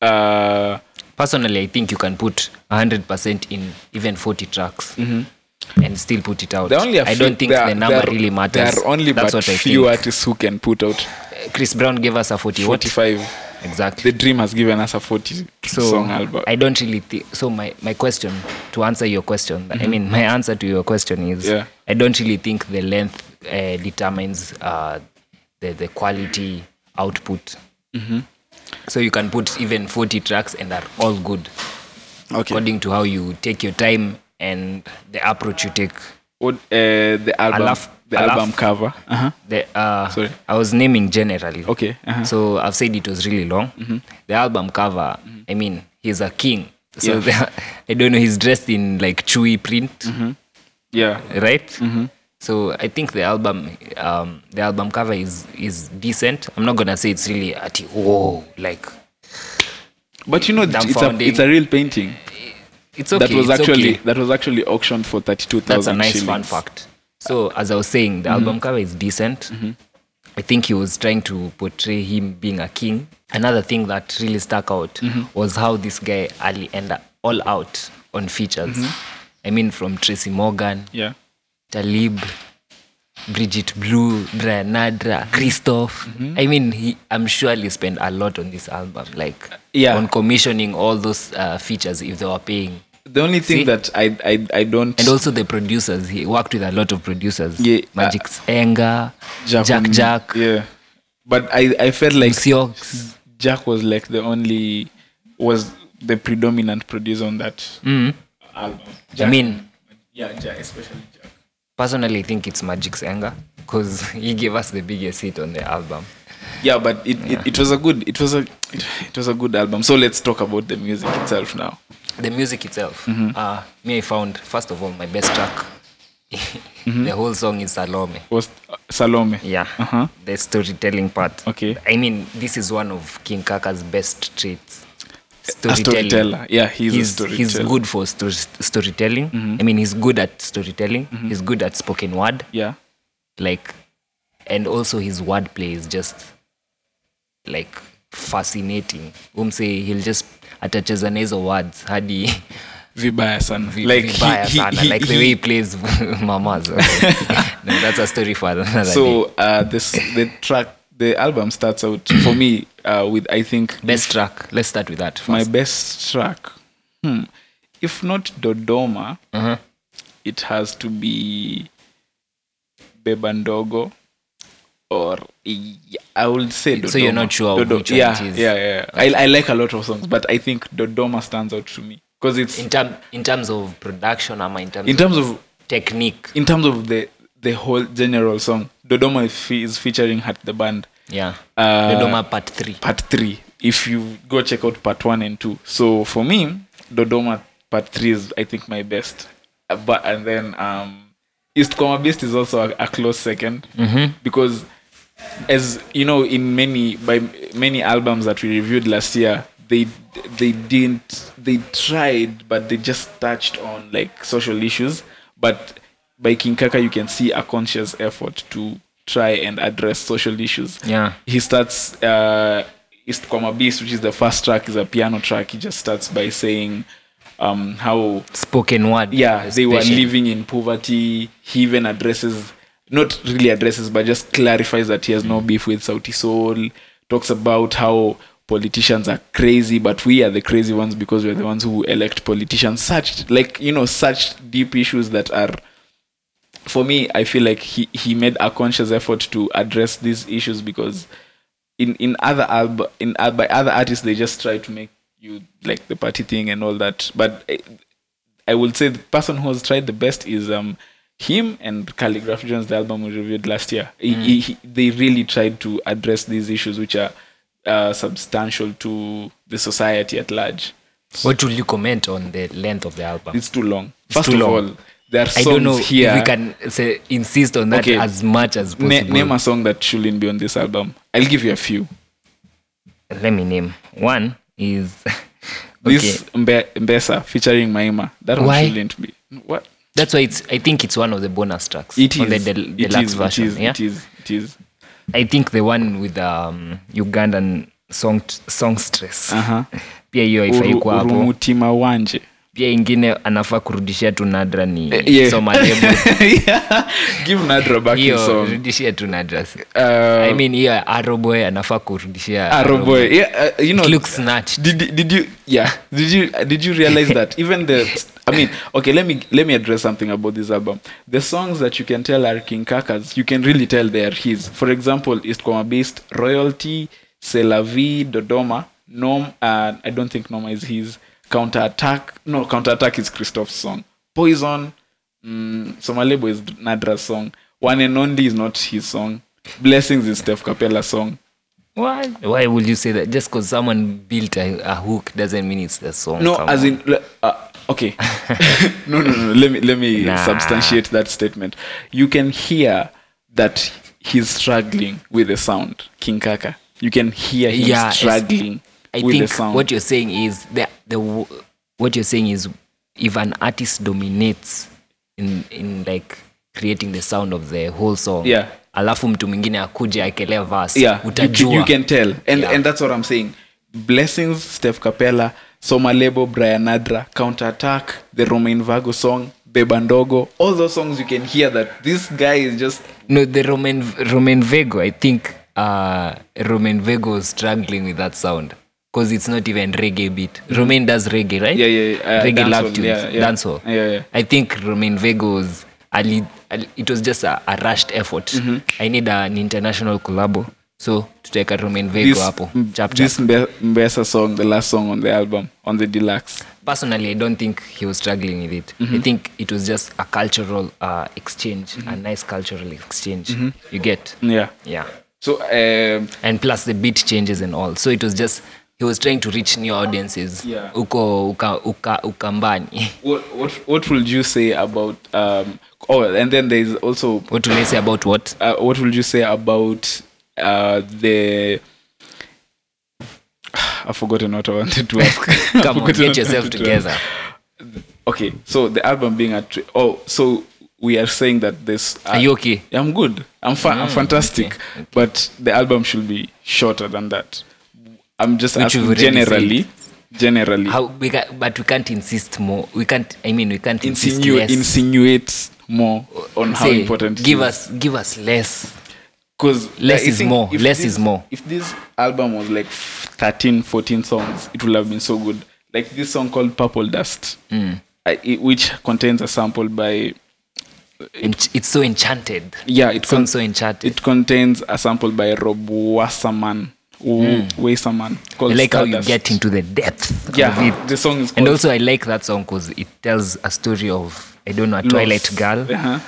F: Uh,
G: personally i think you can put 100% in even 40 tracks and still put it out
F: there are Mm-hmm. only a
G: i
F: few,
G: don't think
F: there are-
G: the number
F: there are-
G: really matters
F: There are only
G: that's
F: but
G: what i
F: few
G: think
F: artists who can put out
G: chris brown gave us a 40 what
F: 45.
G: exactly
F: The Dream has given us a 40
G: so
F: song album.
G: i don't really think so my, my question to answer your question i mean my answer to your question is
F: Mm-hmm. Yeah.
G: i don't really think the length uh, determines uh, the, the quality output
F: Mm-hmm.
G: so you can put even 40 tracks and are all good according to how you take your time and the approach you take
F: What, uh, the album.
G: alafu
F: the
G: Alafu-
F: album cover. Uh-huh.
G: The, uh,
F: Sorry.
G: I was naming generally.
F: Okay. Uh-huh. Mm-hmm.
G: So I've said it was really long. The album cover, I mean, he's a king. So
F: Yeah. Mm-hmm.
G: the- (laughs) I don't know, he's dressed in like chewy print,
F: yeah.
G: right?
F: Mm-hmm.
G: So I think the album, um, the album cover is is decent. I'm not gonna say it's really at whoa, like
F: But you know, it's it's a,
G: dumbfounding.
F: it's a real painting.
G: it's okay.
F: that was
G: it's
F: actually
G: okay.
F: that was actually auctioned for thirty-two thousand.
G: that's a nice
F: shillings.
G: fun fact. So as I was saying, the
F: Mm-hmm.
G: album cover is decent. I think he was trying to portray him being a king. Another thing that really stuck out
F: Mm-hmm.
G: was how this guy Ali ended all out on features. I mean, from Tracy Morgan,
F: Mm-hmm. Yeah.
G: Talib, Bridget Blue, Brian
F: Mm-hmm.
G: Nadra, Christoph. I mean, he, I'm sure he spent a lot on this album, like
F: Yeah.
G: on commissioning all those uh, features if they were paying.
F: The only thing
G: See?
F: that I I, I don't
G: and also the producers he worked with a lot of producers
F: Yeah,
G: magic's anger jack jack,
F: on- Yeah. But I I felt like
G: Luxiox.
F: Jack was like the only was the predominant producer on that album.
G: Mm. i mean
F: yeah, Jack, especially Jack.
G: personally i think it's magic's anger because he gave us the biggest hit on the album
F: Yeah, but it, it, it was a good it was a it was a good album. So let's talk about the music itself now.
G: the music itself
F: Mm-hmm.
G: uh, me i found first of all my best track (laughs)
F: Mm-hmm.
G: the whole song is salome
F: Was uh, Salome.
G: yeah
F: Uh-huh.
G: the storytelling part
F: Okay.
G: i mean this is one of king kaka's best traits
F: A storyteller. Yeah, he's, a
G: he's,
F: storyteller. Mm-hmm.
G: he's good for sto- storytelling. I mean, he's good at storytelling. He's good at spoken word,
F: Yeah.
G: like, and also his wordplay is just like fascinating. Umse, he'll just atacheza na hizo words hadi (laughs)
F: Vibaya sana.
G: vi-
F: like
G: vibaya
F: he, he,
G: sana.
F: he,
G: like the
F: he-
G: way he plays (laughs) mamas. no, that's a story for another day.
F: so uh this the track the album starts out for me uh with i think
G: Best track. Let's start with that. First.
F: my best track hmm. if not dodoma
G: Uh-huh.
F: it has to be bebandogo or yeah, i would say dodoma.
G: So you're not sure
F: Dodo-
G: which one
F: yeah,
G: it is?
F: yeah yeah I, I like a lot of songs but i think dodoma stands out to me because it's
G: in, term, in terms of production, ama in terms,
F: in terms of
G: technique.
F: in terms of the the whole general song dodoma is, fe- is featuring hat the band
G: Yeah.
F: Uh,
G: Dodoma part three.
F: part three if you go check out part one and two so for me dodoma part three is i think my best Uh, but and then um east coma beast is also a, a close 2nd because as you know in many by many albums that we reviewed last year they they didn't they tried but they just touched on like social issues but by king kaka you can see a conscious effort to try and address social issues
G: Yeah.
F: he starts uh East Kwama Beast, which is the first track, is a piano track. He just starts by saying um how
G: spoken word.
F: yeah they were
G: especially.
F: living in poverty. He even addresses not really addresses but just clarifies that he has no beef with Saudi Soul, talks about how politicians are crazy, but we are the crazy ones because we're the ones who elect politicians. Such like you know, such deep issues that are for me, I feel like he, he made a conscious effort to address these issues because in in other alb in al- by other artists they just try to make you like the party thing and all that. But eh, I, I would say the person who has tried the best is um him and Calligraph Jones, the album we reviewed last year. He-
G: Mm.
F: he- he- they really tried to address these issues which are uh, substantial to the society at large.
G: What will you comment on the length of the album?
F: It's too long.
G: It's
F: First
G: too
F: of
G: long.
F: all, there are
G: I
F: songs
G: don't know
F: here.
G: if we can say, insist on that
F: Okay.
G: as much as
F: Na-
G: possible.
F: name a song that shouldn't be on this album. I'll give you a few.
G: Let me name. One is (laughs) okay.
F: This Mbe- Mbesa featuring Maima. That one
G: Why?
F: shouldn't be. What?
G: That's why it's. I think it's one of the bonus tracks
F: It is.
G: on Oh, the del-
F: it
G: deluxe
F: is.
G: version.
F: It is.
G: yeah?
F: It is. It is.
G: I think the one with um, Ugandan song songstress
F: Uh-huh.
G: (laughs) pia hiyo haifai
F: Uru-
G: kuwa hapo.
F: Urumutima Wanje.
G: Pia ingine anafaa kurudishia tu Nadra ni
F: Eh, yeah.
G: Soma Lebu.
F: (laughs) yeah. Give Nadra back his
G: hiyo
F: song.
G: rudishia tu Nadra's.
F: Uh,
G: I mean, hiyo Aroboy anafaa kurudishia
F: Arrow
G: Arrow Boy.
F: Ah, Boy. Yeah, uh, you know.
G: It looks snatched.
F: Did, did you yeah did you did you realize that even the i mean okay let me let me address something about this album the songs that you can tell are king kakas you can really tell they are his for example east Koma based royalty selavi dodoma nom uh, i don't think noma is his counter attack no counter attack is christoph's song poison mm, somalebo is nadra's song One and Only is not his song. Blessings is Steph Capella's song.
G: Why? Why would you say that? Just because someone built a, a hook doesn't mean it's the song.
F: No,
G: come
F: as
G: on.
F: in le- uh,
G: (laughs)
F: okay. (laughs) no, no, no. Let me let me
G: Nah.
F: substantiate that statement. You can hear that he's struggling with the sound, King Kaka. You can hear him
G: Yeah, it's-
F: struggling
G: I
F: with
G: think
F: the sound.
G: what you're saying is the the w- what you're saying is if an artist dominates in in like creating the sound of the whole song
F: Yeah.
G: alafu mtu mwingine akuje akelea verse
F: yeah, you,
G: utajua
F: can- you can tell, and
G: Yeah.
F: and that's what I'm saying. Blessings, Steph Capella, Somalebo, Brian Adra, Counterattack, the Romain Vago song, Bebandogo, all those songs you can hear that this guy is just
G: no the roman roman vego i think uh roman vego was struggling with that sound because it's not even reggae beat roman does reggae right
F: Mm-hmm. Yeah, yeah, yeah, uh,
G: reggae love
F: dancehall,
G: tunes
F: yeah, yeah.
G: dancehall
F: Yeah, yeah.
G: i think roman vego was ali, ali, it was just a, a rushed effort
F: Mm-hmm.
G: i need an international collabo so tutaweka roman vego hapo chap, chap.
F: this Mbe- Mbesa song, the last song on the album, on the deluxe.
G: personally i don't think he was struggling with it
F: Mm-hmm.
G: i think it was just a cultural uh, exchange a
F: Mm-hmm.
G: nice cultural exchange you get
F: Yeah.
G: yeah
F: So um,
G: and plus the beat changes and all so it was just he was trying to reach new audiences
F: Yeah.
G: uko uka, uka, ukambani (laughs)
F: what what what would you say about um? Oh, and then there is also
G: what will I say about what
F: uh, what would you say about uh the. (sighs) I've forgotten what I wanted to ask. I've
G: (laughs) come on
F: forgotten
G: get
F: what I (laughs)
G: yourself
F: wanted to ask.
G: together
F: Okay, so the album being a tri- oh, so we are saying that this.
G: Are you okay? Mm,
F: I'm good. I'm fa- I'm fantastic. But the album should be shorter than that. I'm just
G: Which
F: asking
G: you've already
F: generally. Generally,
G: How, we ca- but we can't insist more we can't i mean we can't insist
F: insinuate
G: less.
F: insinuate more on how
G: Say,
F: important.
G: give us give us less
F: because
G: less is more. Less
F: this,
G: is more.
F: If this album was like 13, 14 songs, it would have been so good. Like this song called Purple Dust,
G: Mm.
F: I, it, which contains a sample by
G: Ench- it's so enchanted
F: Yeah, it
G: it sounds so
F: con-
G: enchanted
F: It contains a sample by Rob Wasserman. Mm. Wasserman.
G: Hmm. I
F: called
G: like how you
F: Stardust.
G: get into the depth
F: Yeah,
G: of it.
F: the song is
G: and
F: called-
G: also I like that song because it tells a story of I don't know a twilight girl,
F: Uh-huh.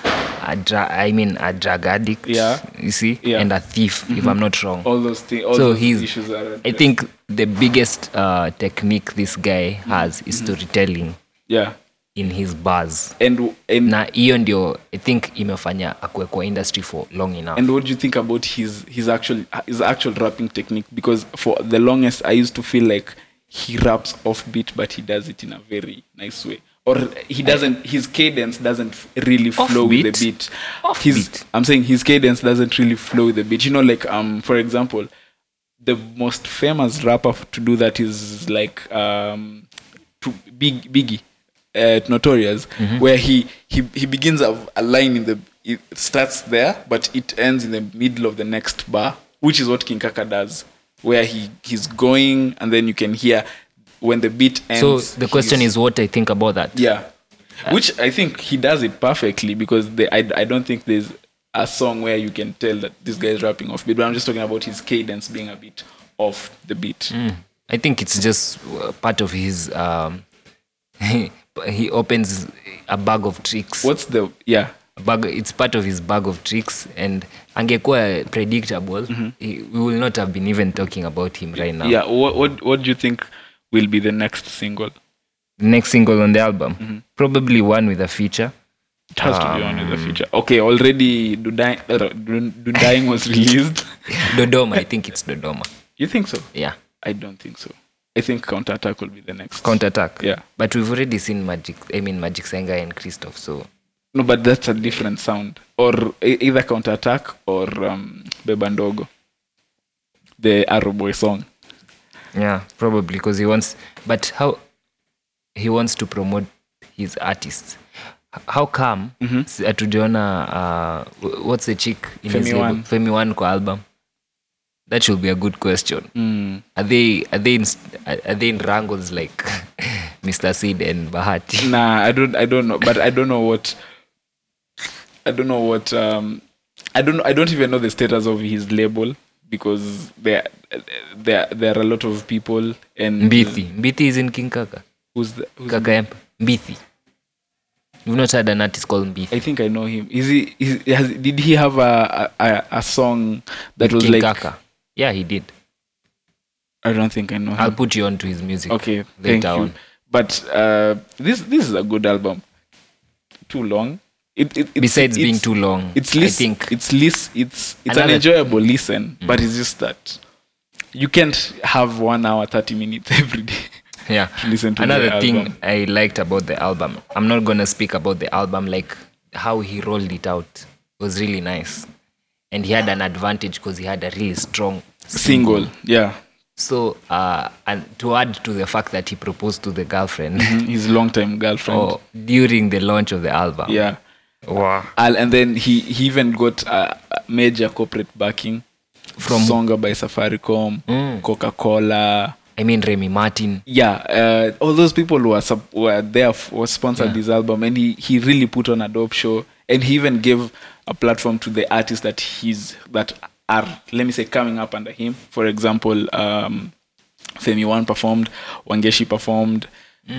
G: a dra- I mean a drug addict,
F: Yeah.
G: you see,
F: Yeah. Mm-hmm.
G: and a thief. If I'm not wrong,
F: All those things. All
G: so
F: those
G: he's.
F: issues are.
G: I
F: addressed.
G: think the biggest uh, technique this guy
F: Mm-hmm.
G: has is storytelling
F: Yeah,
G: in his bars.
F: and and
G: Na hiyo ndio I think imefanya akue kwa industry for long enough.
F: and what do you think about his his actual his actual rapping technique? Because for the longest, I used to feel like he raps off beat, but he does it in a very nice way. Or he doesn't. His cadence doesn't f- really flow with
G: Offbeat?
F: the beat.
G: Offbeat?
F: His, I'm saying his cadence doesn't really flow with the beat. You know, like um, for example, the most famous rapper f- to do that is like um, to Big Biggie, uh, Notorious,
G: Mm-hmm.
F: where he he he begins a, a line in the it starts there, but it ends in the middle of the next bar, which is what King Kaka does, where he he's going, and then you can hear when the beat ends.
G: So the question
F: he's-
G: is what I think about that.
F: yeah, which I think he does it perfectly because the, I I don't think there's a song where you can tell that this guy is rapping off beat, but I'm just talking about his cadence being a bit off the beat.
G: I think it's just uh, part of his. Um, (laughs) he opens a bag of tricks.
F: What's the yeah?
G: A Bag, it's part of his bag of tricks, and angekuwa predictable, he- we will not have been even talking about him right now.
F: Mm-hmm. Yeah, what, what what do you think will be the next single?
G: Next single on the album,
F: Mm-hmm.
G: probably one with a feature. (laughs)
F: It has to be on in the future. Okay, already Dudying, uh, Dun- Dundying was (laughs) released.
G: Dodoma, I think it's Dodoma.
F: You think so?
G: Yeah,
F: I don't think so. I think Counter Attack will be the next.
G: counter attack.
F: Yeah.
G: but we've already seen Magic. I mean Magic Senga and Christoph. So
F: No, but that's a different sound. Or e- either Counter Attack or um, Bebandogo, the Arrow Boy song.
G: Yeah, probably because he wants, but how he wants to promote his artists. H- How come
F: Mhm.
G: s- hatujaona uh, wh- what's the chick in his
F: Femi
G: label?
F: One.
G: Femi One kwa album? That should be a good question.
F: Mm.
G: Are they are they in, s- are are they in wrangles like (laughs) Mr. Sid and Bahati?
F: Nah, I don't. I don't know. But I don't know what. I don't know what. Um, I don't. I don't even know the status of his label because there, there, there are a lot of people and
G: Mbithi. Mbithi is in King Kaka.
F: who's the, who's
G: Kaka Emp. Mbithi. You've not heard an artist called Mbi.
F: I think I know him. Is he? Is, has, did he have a a, a- a song that was
G: King
F: like?
G: Kaka. Yeah, he did.
F: I don't think I know
G: I'll
F: him.
G: put you on to his music.
F: Mm. Okay,
G: Later
F: thank you.
G: on.
F: But uh, this this is a good album. Too long. It, it, it's-
G: Besides
F: it's-
G: being too long,
F: it's
G: I
F: lis-
G: think
F: it's lis- it's it's an
G: Another- Mm.
F: enjoyable listen, but it's just that you can't have one hour thirty minutes (laughs) every day.
G: (laughs) yeah
F: to (laughs) listen to
G: another
F: the
G: thing
F: album.
G: i liked about the album i'm not gonna speak about the album like how he rolled it out was really nice and he had an advantage because he had a really strong
F: Single, yeah,
G: so uh and to add to the fact that he proposed to the girlfriend
F: Mm, his longtime girlfriend.
G: (laughs) or during the launch of the album
F: Yeah,
G: wow
F: Al- and then he he even got a a major corporate backing
G: From- Mm.
F: Songa by Safaricom, Coca Cola.
G: i mean remy martin
F: yeah uh, all those people who were, sub- were there f- were sponsored this album and he, he really put on a dope show and he even gave a platform to the artists that he's that are let me say coming up under him for example um femi one performed wangeshi performed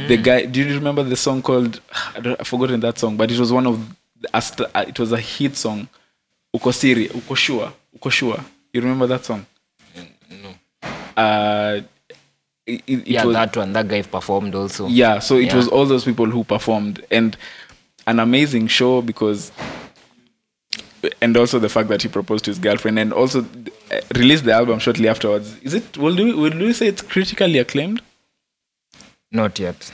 F: the
G: Mm.
F: guy do you remember the song called I don't, i've forgotten that song but it was one of the, a st- uh, it was a hit song uko siri uko sure uko sure you remember that song no uh it, it
G: Mm, yeah
F: was,
G: that one that guy performed also
F: yeah so it
G: Yeah.
F: was all those people who performed and an amazing show because and also the fact that he proposed to his girlfriend and also uh, released the album shortly afterwards is it will we, will we say it's critically acclaimed
G: Not yet.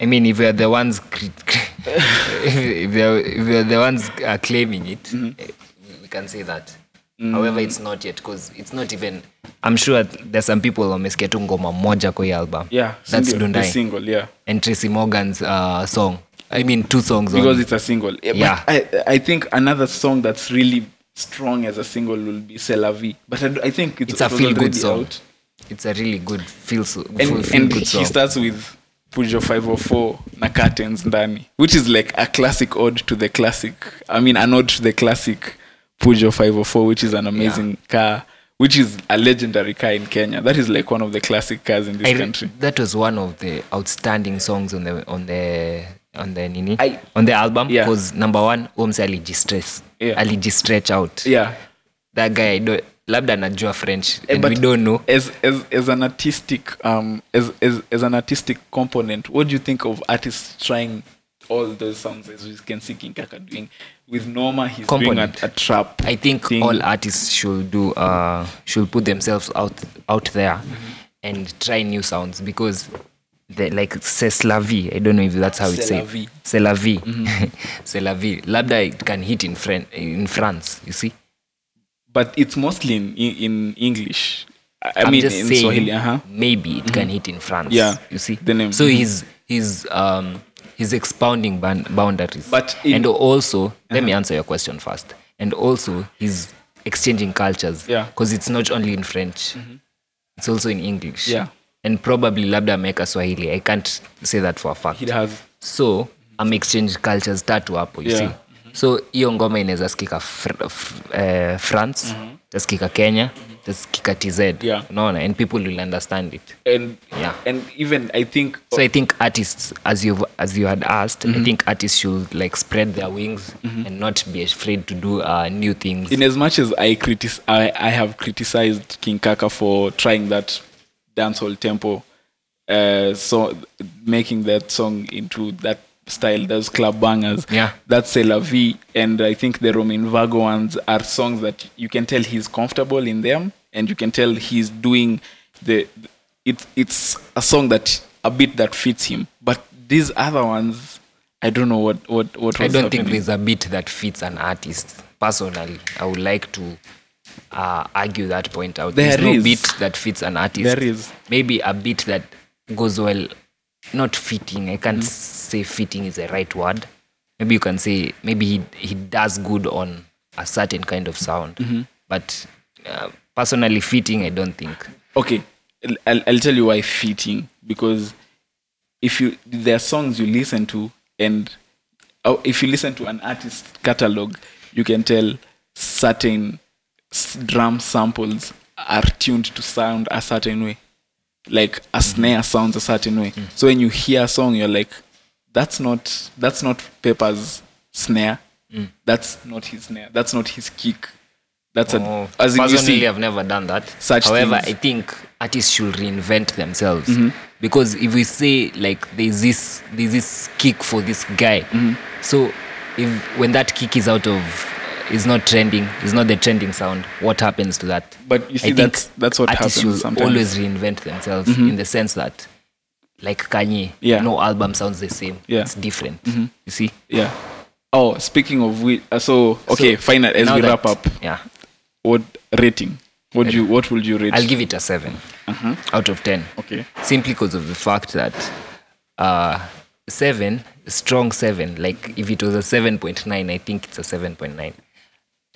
G: I mean, if we are the ones, cri- cri- (laughs) if, we are, if we are the ones uh, claiming it, eh,
F: Mm-hmm.
G: we can say that.
F: Mm.
G: However, it's not yet because it's not even. I'm sure there's some people wamesikia tu ngoma moja kwa hii album.
F: yeah
G: that's
F: single, the
G: Dundai
F: single yeah
G: and Tracy Morgan's uh, song. I mean, two songs.
F: because
G: only.
F: it's a single yeah,
G: Yeah.
F: But I, I think another song that's really strong as a single will be C'est la vie but I, do- I think it's,
G: it's a
F: it was
G: feel good
F: already
G: song.
F: out.
G: It's a really good feel, so,
F: and,
G: feel
F: and
G: good
F: he
G: song.
F: starts with pujo 504 na curtains ndani which is like a classic ode to the classic i mean an ode to the classic pujo 504 which is an amazing car which is a legendary car in kenya that is like one of the classic cars in this
G: I re-
F: country
G: that was one of the outstanding songs on the on the on the nini
F: I-
G: on the album
F: Yeah.
G: because number one Oms alijistress
F: Yeah.
G: alijistretch out
F: yeah
G: that guy I don't- labda anajua french
F: Eh,
G: and
F: but
G: we don't know
F: as, as, as an artistic um as, as, as an artistic component what do you think of artists trying all those sounds as we can see King Kaka doing with Norma he's
G: Component.
F: doing a, a trap
G: I think
F: thing.
G: all artists should do uh should put themselves out out there and try new sounds because the, like c'est la vie I don't know if that's how it's
F: C'est la
G: said
F: vie. Mm-hmm.
G: c'est la vie (laughs) c'est la vie labda it can hit in Fran- in France you see
F: but it's mostly in in, in English. I, I
G: I'm
F: mean, in
G: just saying,
F: Swahili. Uh-huh.
G: maybe it can hit in France.
F: Yeah,
G: you see.
F: the name. Mm-hmm.
G: So he's he's um he's expounding ban- boundaries.
F: But in- Uh-huh.
G: and also, let me answer your question first. And also, he's exchanging cultures.
F: Yeah. Mm-hmm.
G: Because it's not only in French; it's also in English.
F: Yeah.
G: And probably labda ameweka Swahili. I can't say that for a fact
F: He has.
G: so am exchange cultures tatu hapo you
F: Yeah.
G: see so hiyo ngoma inaweza skika fr- fr- eh, france mm-hmm. taskika kenya taskika tz
F: Yeah.
G: unaona and people will understand it
F: And
G: Yeah.
F: and even I think
G: so i think artists as you as you had asked i think artists should like spread their wings and not be afraid to do uh, new things
F: in as much as I critic I, I have criticized King Kaka for trying that dancehall tempo, uh, so making that song into that style, those club bangers.
G: Yeah.
F: that's C'est La Vie, and I think the Roman Vago ones are songs that you can tell he's comfortable in them, and you can tell he's doing the. It, it's a song that a bit that fits him, but these other ones, I don't know what what what. Was
G: I don't
F: happening.
G: think there's a beat that fits an artist. Personally, I would like to uh, argue that point out.
F: There
G: there's
F: is.
G: no beat that fits an artist.
F: There is.
G: Maybe a beat that goes well, not fitting. I
F: Mm.
G: can't say fitting is the right word. Maybe you can say maybe he he does good on a certain kind of sound,
F: Mm-hmm.
G: but uh, personally, fitting I don't think.
F: okay I'll- I'll, I'll tell you why fitting because if you there are songs you listen to and oh, if you listen to an artist's catalog you can tell certain s- drum samples are tuned to sound a
G: Mm-hmm. Mm.
F: certain way like a snare sounds a certain way so when you hear a song you're like that's not that's not Pepper's snare.
G: Mm.
F: That's not his snare. That's not his kick. That's
G: Oh,
F: a as in you
G: personally,
F: see,
G: I've never done that.
F: such
G: However,
F: things. Mm-hmm.
G: I think artists should reinvent themselves because if we say like there's this there's this kick for this guy,
F: Mm-hmm.
G: so if when that kick is out of is not trending, is not the trending sound, what happens to that?
F: But you see,
G: I
F: that's-
G: think
F: that's what
G: artists
F: happens
G: should
F: sometimes. Mm-hmm.
G: always reinvent themselves in the sense that, like Kanye,
F: Yeah.
G: no album sounds the same.
F: Yeah. Mm-hmm.
G: It's different. You see.
F: yeah. Oh, speaking of which, uh, so okay,
G: So,
F: final. As
G: now
F: we
G: that-
F: wrap up,
G: Yeah.
F: what rating? What do you what would you rate?
G: I'll give it a 7 out of 10.
F: Uh-huh. Okay.
G: Simply because of the fact that uh, 7, strong 7, like if it was a 7.9, I think it's a 7.9.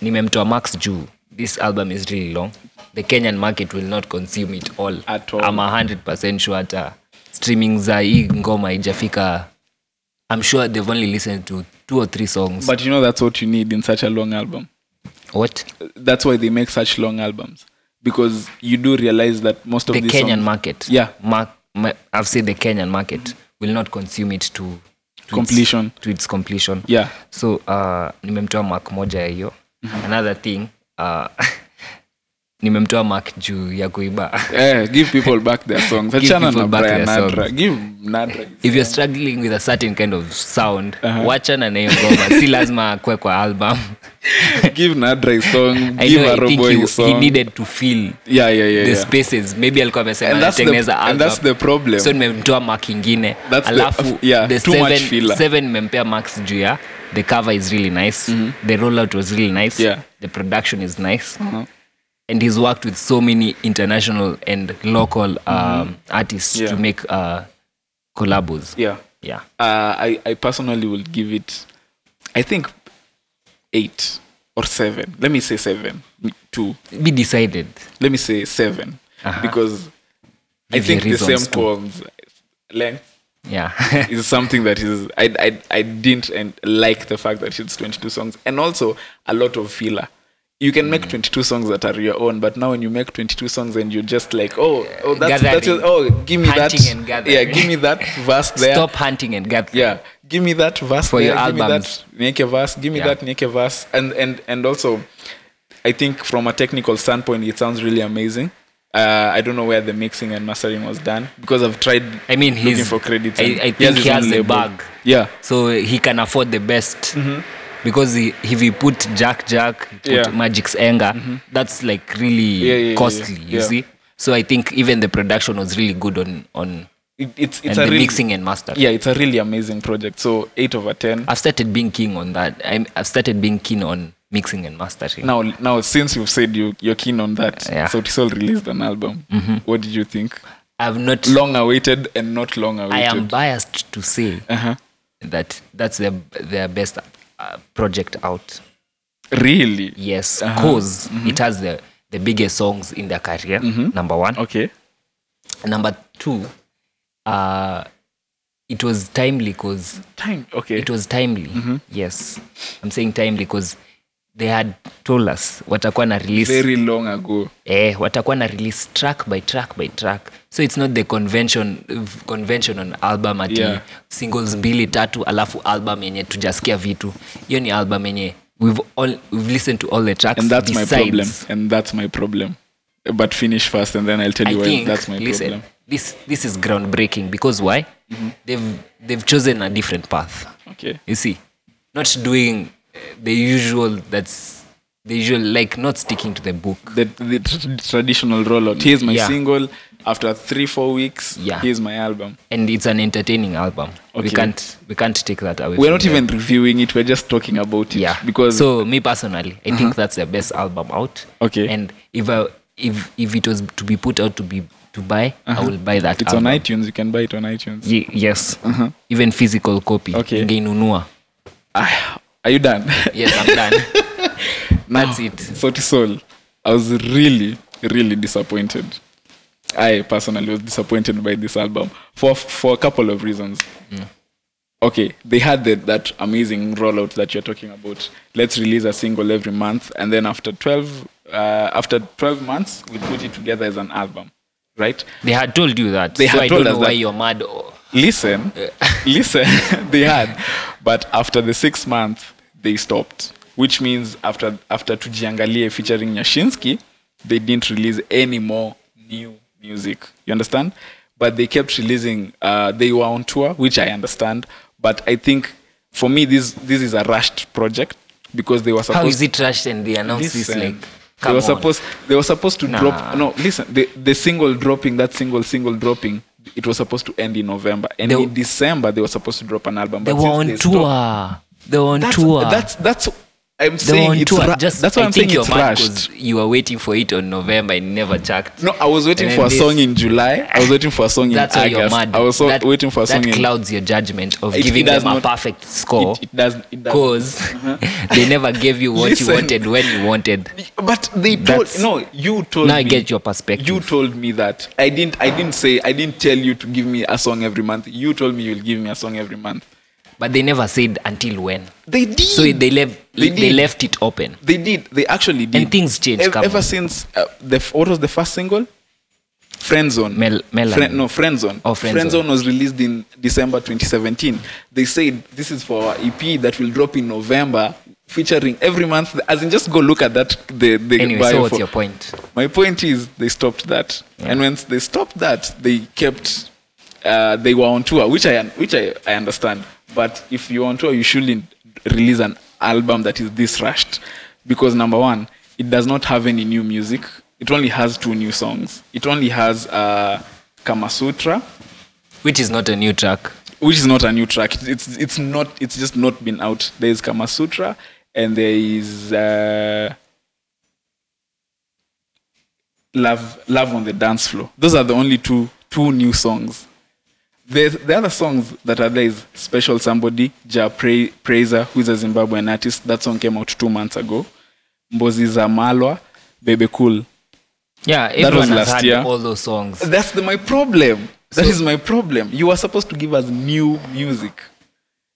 G: Nimemtoa Max Jew. This album is really long. The Kenyan market will not consume it all.
F: At all.
G: I'm 100% sure hata streaming za hii ngoma haijafika. I'm sure they've only listened to two or three songs.
F: But you know that's what you need in such a long album.
G: what?
F: That's why they make such long albums because you do realize that most of
G: the
F: these
G: Kenyan
F: songs-
G: market.
F: Yeah.
G: Mar- ma- I've said the Kenyan market will not consume it to, to its-
F: Completion.
G: to its completion.
F: Yeah. Mm-hmm.
G: So uh, nimemtoa mark moja ya hiyo. Another thing uh, (laughs) nimemtoa mark juu ya kuiba. (laughs)
F: Eh, give people back their songs. Achana na
G: people back
F: Brian
G: their
F: Nadra.
G: songs.
F: Give Nadra.
G: If you're struggling with a certain kind of sound,
F: Uh-huh.
G: wachana na hiyo ngoma. Si lazima akwe
F: (laughs)
G: kwa album.
F: give Nadra
G: (laughs)
F: his song.
G: I
F: give
G: know, I think
F: Aroboy his
G: he,
F: song.
G: he needed to feel
F: yeah, yeah, yeah.
G: the
F: yeah.
G: spaces maybe alikuwa
F: And that's the-
G: amesemanatengeneza
F: and that's the problem.
G: so nimemtoa mark ingine
F: That's the-
G: alafu
F: yeah,
G: the
F: too much
G: seven-
F: filler.
G: seven nimempea max juu ya the cover is really nice the rollout was really nice
F: Mm-hmm. Yeah. Uh-huh.
G: the production is nice and he's worked with so many international and local um, artists
F: Mm-hmm. Yeah.
G: to make uh, collabos
F: Yeah.
G: yeah
F: Uh, I, I personally will give it, I think, eight or seven. Let me say seven. Two.
G: be decided
F: Let me say 7 because I
G: Uh-huh. Give
F: think
G: your
F: the same
G: reasons too.
F: poems length
G: yeah
F: is something that is I, I I didn't and like the fact that it's 22 songs and also a lot of filler. You can
G: Mm.
F: make 22 songs that are your own, but now when you make 22 songs and you're just like, oh, oh, that's, that's
G: Gathering.
F: oh, give me that,
G: Hunting and
F: yeah,
G: gathering.
F: give me that
G: (laughs)
F: verse there,
G: stop hunting and get
F: yeah, give me that verse
G: For
F: there,
G: your
F: give
G: albums.
F: me that nieke verse, give me
G: Yeah.
F: that nieke verse, and and and also, I think from a technical standpoint, it sounds really amazing. Uh, I don't know where the mixing and mastering was done because I've tried.
G: I mean,
F: looking
G: he's-
F: for credits.
G: I-
F: and
G: I think
F: his
G: he
F: own
G: has a
F: label.
G: bag.
F: Yeah, Mm-hmm.
G: so he can afford the best because he, if he put Jack Jack, he put
F: Yeah. Mm-hmm.
G: Magic's anger, that's like really
F: yeah, yeah,
G: costly.
F: yeah.
G: You
F: Yeah.
G: see, so I think even the production was really good on on
F: it, it's it's
G: and the
F: a really,
G: mixing and master.
F: Yeah, it's a really amazing project. So eight over ten.
G: I've started being keen on that. I'm, I've started being keen on mixing and mastering.
F: Now, now since you've said you you're keen on that,
G: Yeah. Mm-hmm.
F: so Tisol released an album. What did you think?
G: I've not.
F: Long awaited and not long awaited.
G: I am biased to say
F: Uh-huh.
G: that that's their their best uh, project out.
F: really
G: Yes, because
F: Mhm.
G: it has the the biggest songs in their career. Number one.
F: okay.
G: number two uh it was timely because
F: Time okay. Mhm.
G: it was timely yes i'm saying timely because they had told us watakuwa na release
F: very long ago.
G: eh, watakuwa na release track by track by track so it's not the convention convention on album ati
F: Yeah.
G: singles mbili tatu alafu album yenye tujasikia vitu hiyo ni album yenye we've, all, we've listened to all the tracks
F: And that's my problem.
G: besides-
F: And that's my problem. But finish first and then I'll tell you
G: I
F: why
G: think
F: that's my
G: listen,
F: problem. Mm-hmm.
G: this this is groundbreaking because why? They've they've chosen a different path.
F: Okay.
G: You see, not doing uh, the usual. That's the usual, like not sticking to the book.
F: The, the tr- traditional rollout. Here's my
G: Yeah.
F: single. After three, four weeks,
G: Yeah.
F: here's my album.
G: And it's an entertaining album. We
F: Okay.
G: can't we can't take that away.
F: We're
G: from
F: not
G: them.
F: even reviewing it, we're just talking about it.
G: yeah
F: Because Uh-huh.
G: so me personally i think that's the best album out
F: Okay.
G: and if I, if if it was to be put out to be to buy i will buy that
F: Uh-huh. it's on
G: album.
F: iTunes, you can buy it on iTunes.
G: Ye- yes even physical copy
F: Okay.
G: ngeinunua
F: Ah, Are you done? (laughs)
G: yes i'm done that's it
F: Sorty Soul. I was really, really disappointed. I personally was disappointed by this album for for a couple of reasons. Okay, they had the, that amazing rollout that you're talking about. Let's release a single every month, and then after twelve, uh, after twelve months, we put it together as an album, right?
G: they had told you that
F: They
G: so
F: had
G: i
F: told us
G: don't know why
F: that.
G: you're mad or-
F: listen, listen,
G: (laughs)
F: they had. But after the six months, they stopped. Which means after after Tujiangalie featuring Nyashinsky, they didn't release any more new music. You understand? But they kept releasing. Uh, they were on tour, which I understand. But I think for me, this this is a rushed project because they were supposed.
G: How is it rushed and they announce this
F: Listen,
G: like?
F: they
G: Come
F: were
G: on.
F: supposed they were supposed to
G: Nah.
F: drop no listen the, the single dropping that single single dropping it was supposed to end in november and
G: They-
F: in december they were supposed to drop an album
G: they
F: but
G: were
F: since
G: on
F: they
G: tour.
F: stopped-
G: They were on
F: that's,
G: tour.
F: that's that's i'm
G: they were
F: saying
G: on
F: it's
G: tour.
F: ru-
G: Just,
F: that's why
G: I
F: i'm saying
G: think
F: it's
G: you're mad
F: rushed
G: 'cause you were waiting for it on November and it never chucked.
F: no i was waiting
G: And
F: for a
G: then
F: song
G: this-
F: in july i was waiting for a song in
G: That's why you're
F: august
G: mad.
F: i was so
G: that,
F: waiting for a song
G: that
F: in
G: clouds your judgment of
F: It- it
G: giving
F: does
G: them a
F: not-
G: perfect score.
F: it, it doesn't it doesn't
G: because they never gave you what you
F: Listen.
G: wanted when you wanted.
F: But they told
G: That's-
F: no. You told
G: Now I
F: me-
G: get your perspective.
F: You told me that I didn't. I didn't say. I didn't tell you to give me a song every month. You told me you'll give me a song every month.
G: But they never said until when.
F: They did.
G: So they left
F: Mm. They
G: they,
F: did.
G: left it open.
F: They did. They actually did.
G: And things change,
F: Ev-
G: come
F: ever
G: on.
F: since uh, the f- what was the first single? Friend Zone.
G: Mel- Melanie.
F: Friend- no, Friend Zone.
G: Oh, Friend Zone.
F: was released in December 2017. They said this is for our EP that will drop in November, featuring every month. As in, just go look at that. The, the
G: Anyway,
F: bio
G: so what's
F: for-
G: your point?
F: My point is they stopped that, and once they stopped that, they kept. Uh, they were on tour, which I which I, I understand. But if you're on tour, you shouldn't release an album that is this rushed, because number one, it does not have any new music. It only has two new songs. It only has uh, Kama Sutra,
G: Which is not a new track.
F: which is not a new track. It's- It's it's not it's just not been out. There is Kama Sutra and there is uh, Love Love on the Dance Floor. Those are the only two two new songs. The the other songs that are there is Special Somebody, Ja Pra- Praiser, who is a Zimbabwean artist. That song came out two months ago. Mbozi za Malwa, Bebe Cool.
G: Yeah,
F: was
G: everyone has
F: last
G: had
F: year.
G: all those songs.
F: That's the, my problem. That is
G: So-
F: my problem. You were supposed to give us new music,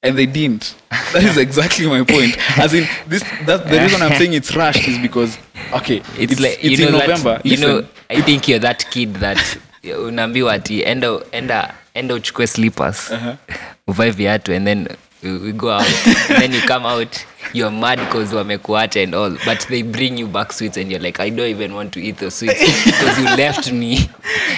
F: and they didn't. That is exactly my point. As in, this that the reason I'm saying it's rushed is because okay,
G: It's, like you
F: it's
G: know
F: in
G: that-
F: November.
G: you know,
F: Listen,
G: I think you're that kid that (laughs) unaambiwa ati enda enda enda uchukue slippers
F: Uh-huh.
G: uvae viatu and then we we go out and then you come out you're mad because wamekuacha and all but they bring you back sweets and you're like i don't even want to eat those sweets because you left me i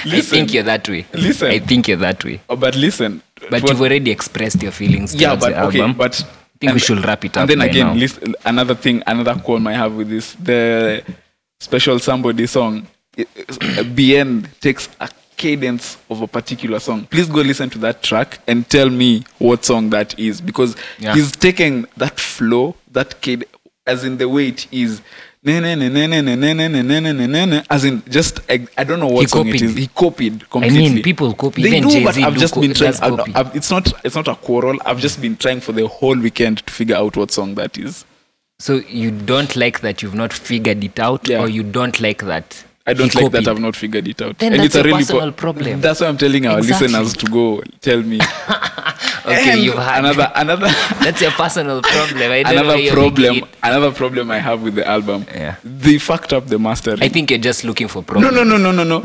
F: Listen.
G: think you're that way
F: Listen.
G: i think you're that way
F: oh, but listen,
G: but
F: what-
G: you've already expressed your feelings
F: yeah,
G: towards
F: but
G: the
F: okay,
G: album
F: but
G: I think we should wrap it up
F: And then
G: by
F: again,
G: now.
F: listen, another thing, another qualm I have with this the special somebody song, it- it's- BN takes a cadence of a particular song. Please go listen to that track and tell me what song that is because
G: Yeah.
F: he's taking that flow, that cadence, as in the way it is. Ne- ne- ne- ne- ne- ne- ne- ne- ne- ne- ne- ne- ne- ne- As in, just I, I don't know what
G: He
F: song it
G: copied.
F: is. He copied completely.
G: people copy.
F: They
G: Even
F: do,
G: Jay-Z
F: but I've
G: do
F: just
G: co-
F: been trying.
G: does
F: I've-
G: copy.
F: I've- it's not. It's not a quarrel. I've just been trying for the whole weekend to figure out what song that is.
G: So you don't like that you've not figured it out,
F: Yeah.
G: or you don't like that.
F: I don't
G: he
F: like that
G: copied.
F: I've not figured it out.
G: Then that's
F: it's a
G: your
F: really
G: personal problem.
F: That's why I'm telling our
G: Exactly.
F: listeners to go tell
G: (laughs)
F: me.
G: Okay,
F: And
G: you've had
F: another another
G: (laughs) That's your personal
F: (laughs)
G: problem. I don't know why
F: another
G: you're
F: problem.
G: making it.
F: Another problem I have with the album.
G: Yeah.
F: They fucked up the mastering.
G: I think you're just looking for
F: no,
G: problems.
F: no, no, no, no, no.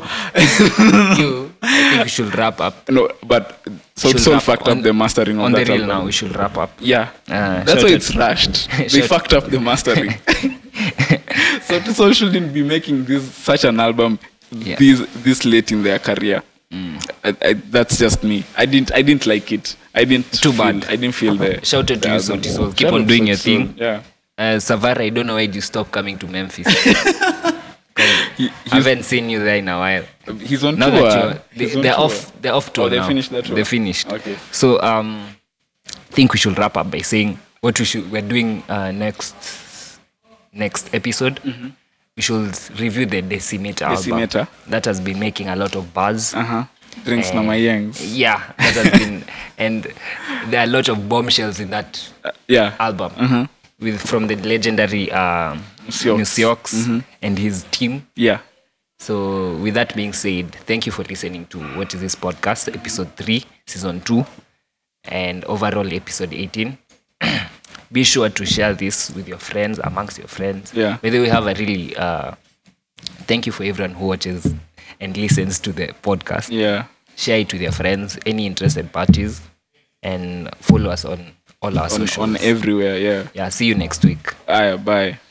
G: You, I think we should wrap up.
F: no, but (laughs) so
G: Should
F: so
G: wrap
F: fucked
G: on-
F: up the mastering
G: On
F: on
G: the
F: that
G: real
F: album.
G: now, we should wrap up.
F: Yeah.
G: Ah,
F: That's why
G: shouted.
F: it's
G: (laughs)
F: rushed. They
G: Shouted.
F: fucked up the mastering.
G: (laughs)
F: so Soul shouldn't be making this such an album
G: Yeah. Mm.
F: this this late in their career. I, I, that's just me. I didn't I didn't like it. I didn't
G: Too
F: feel,
G: bad. Uh-huh.
F: I didn't feel the
G: Shout out to
F: the
G: you,
F: album.
G: Sauti Sol. Keep
F: Shout
G: on
F: out
G: doing
F: to
G: your
F: Sauti
G: thing.
F: Sol. Yeah.
G: Uh, Savara, I don't know why you stopped coming
F: (laughs)
G: to Memphis.
F: He,
G: I
F: he's,
G: haven't seen you there in a while.
F: he's on
G: now
F: tour.
G: that you're,
F: He's
G: they,
F: on
G: they're
F: tour.
G: off they're off tour
F: Oh, they
G: now.
F: finished that tour.
G: they finished
F: Okay.
G: so um i think we should wrap up by saying what we should we're doing uh, next next episode we should review the decimeter,
F: Mm-hmm. Decimeter.
G: album that has been making a lot of buzz
F: Uh-huh. Drinks na
G: Eh,
F: my yangs.
G: yeah that has been (laughs) and there are a lot of bombshells in that
F: Uh, yeah. Mm-hmm.
G: album with from the legendary um
F: Musyoks.
G: Musyoks
F: Mm-hmm.
G: and his team
F: yeah.
G: so, with that being said, thank you for listening to What is This Podcast, episode 3, season 2, and overall episode 18. (clears throat) Be sure to share this with your friends, amongst your friends.
F: Yeah.
G: By the way, we have a really uh, thank you for everyone who watches and listens to the podcast.
F: Yeah.
G: share it with your friends, any interested parties, and follow us on all our
F: on,
G: socials.
F: on everywhere yeah
G: yeah, see you next week.
F: aya bye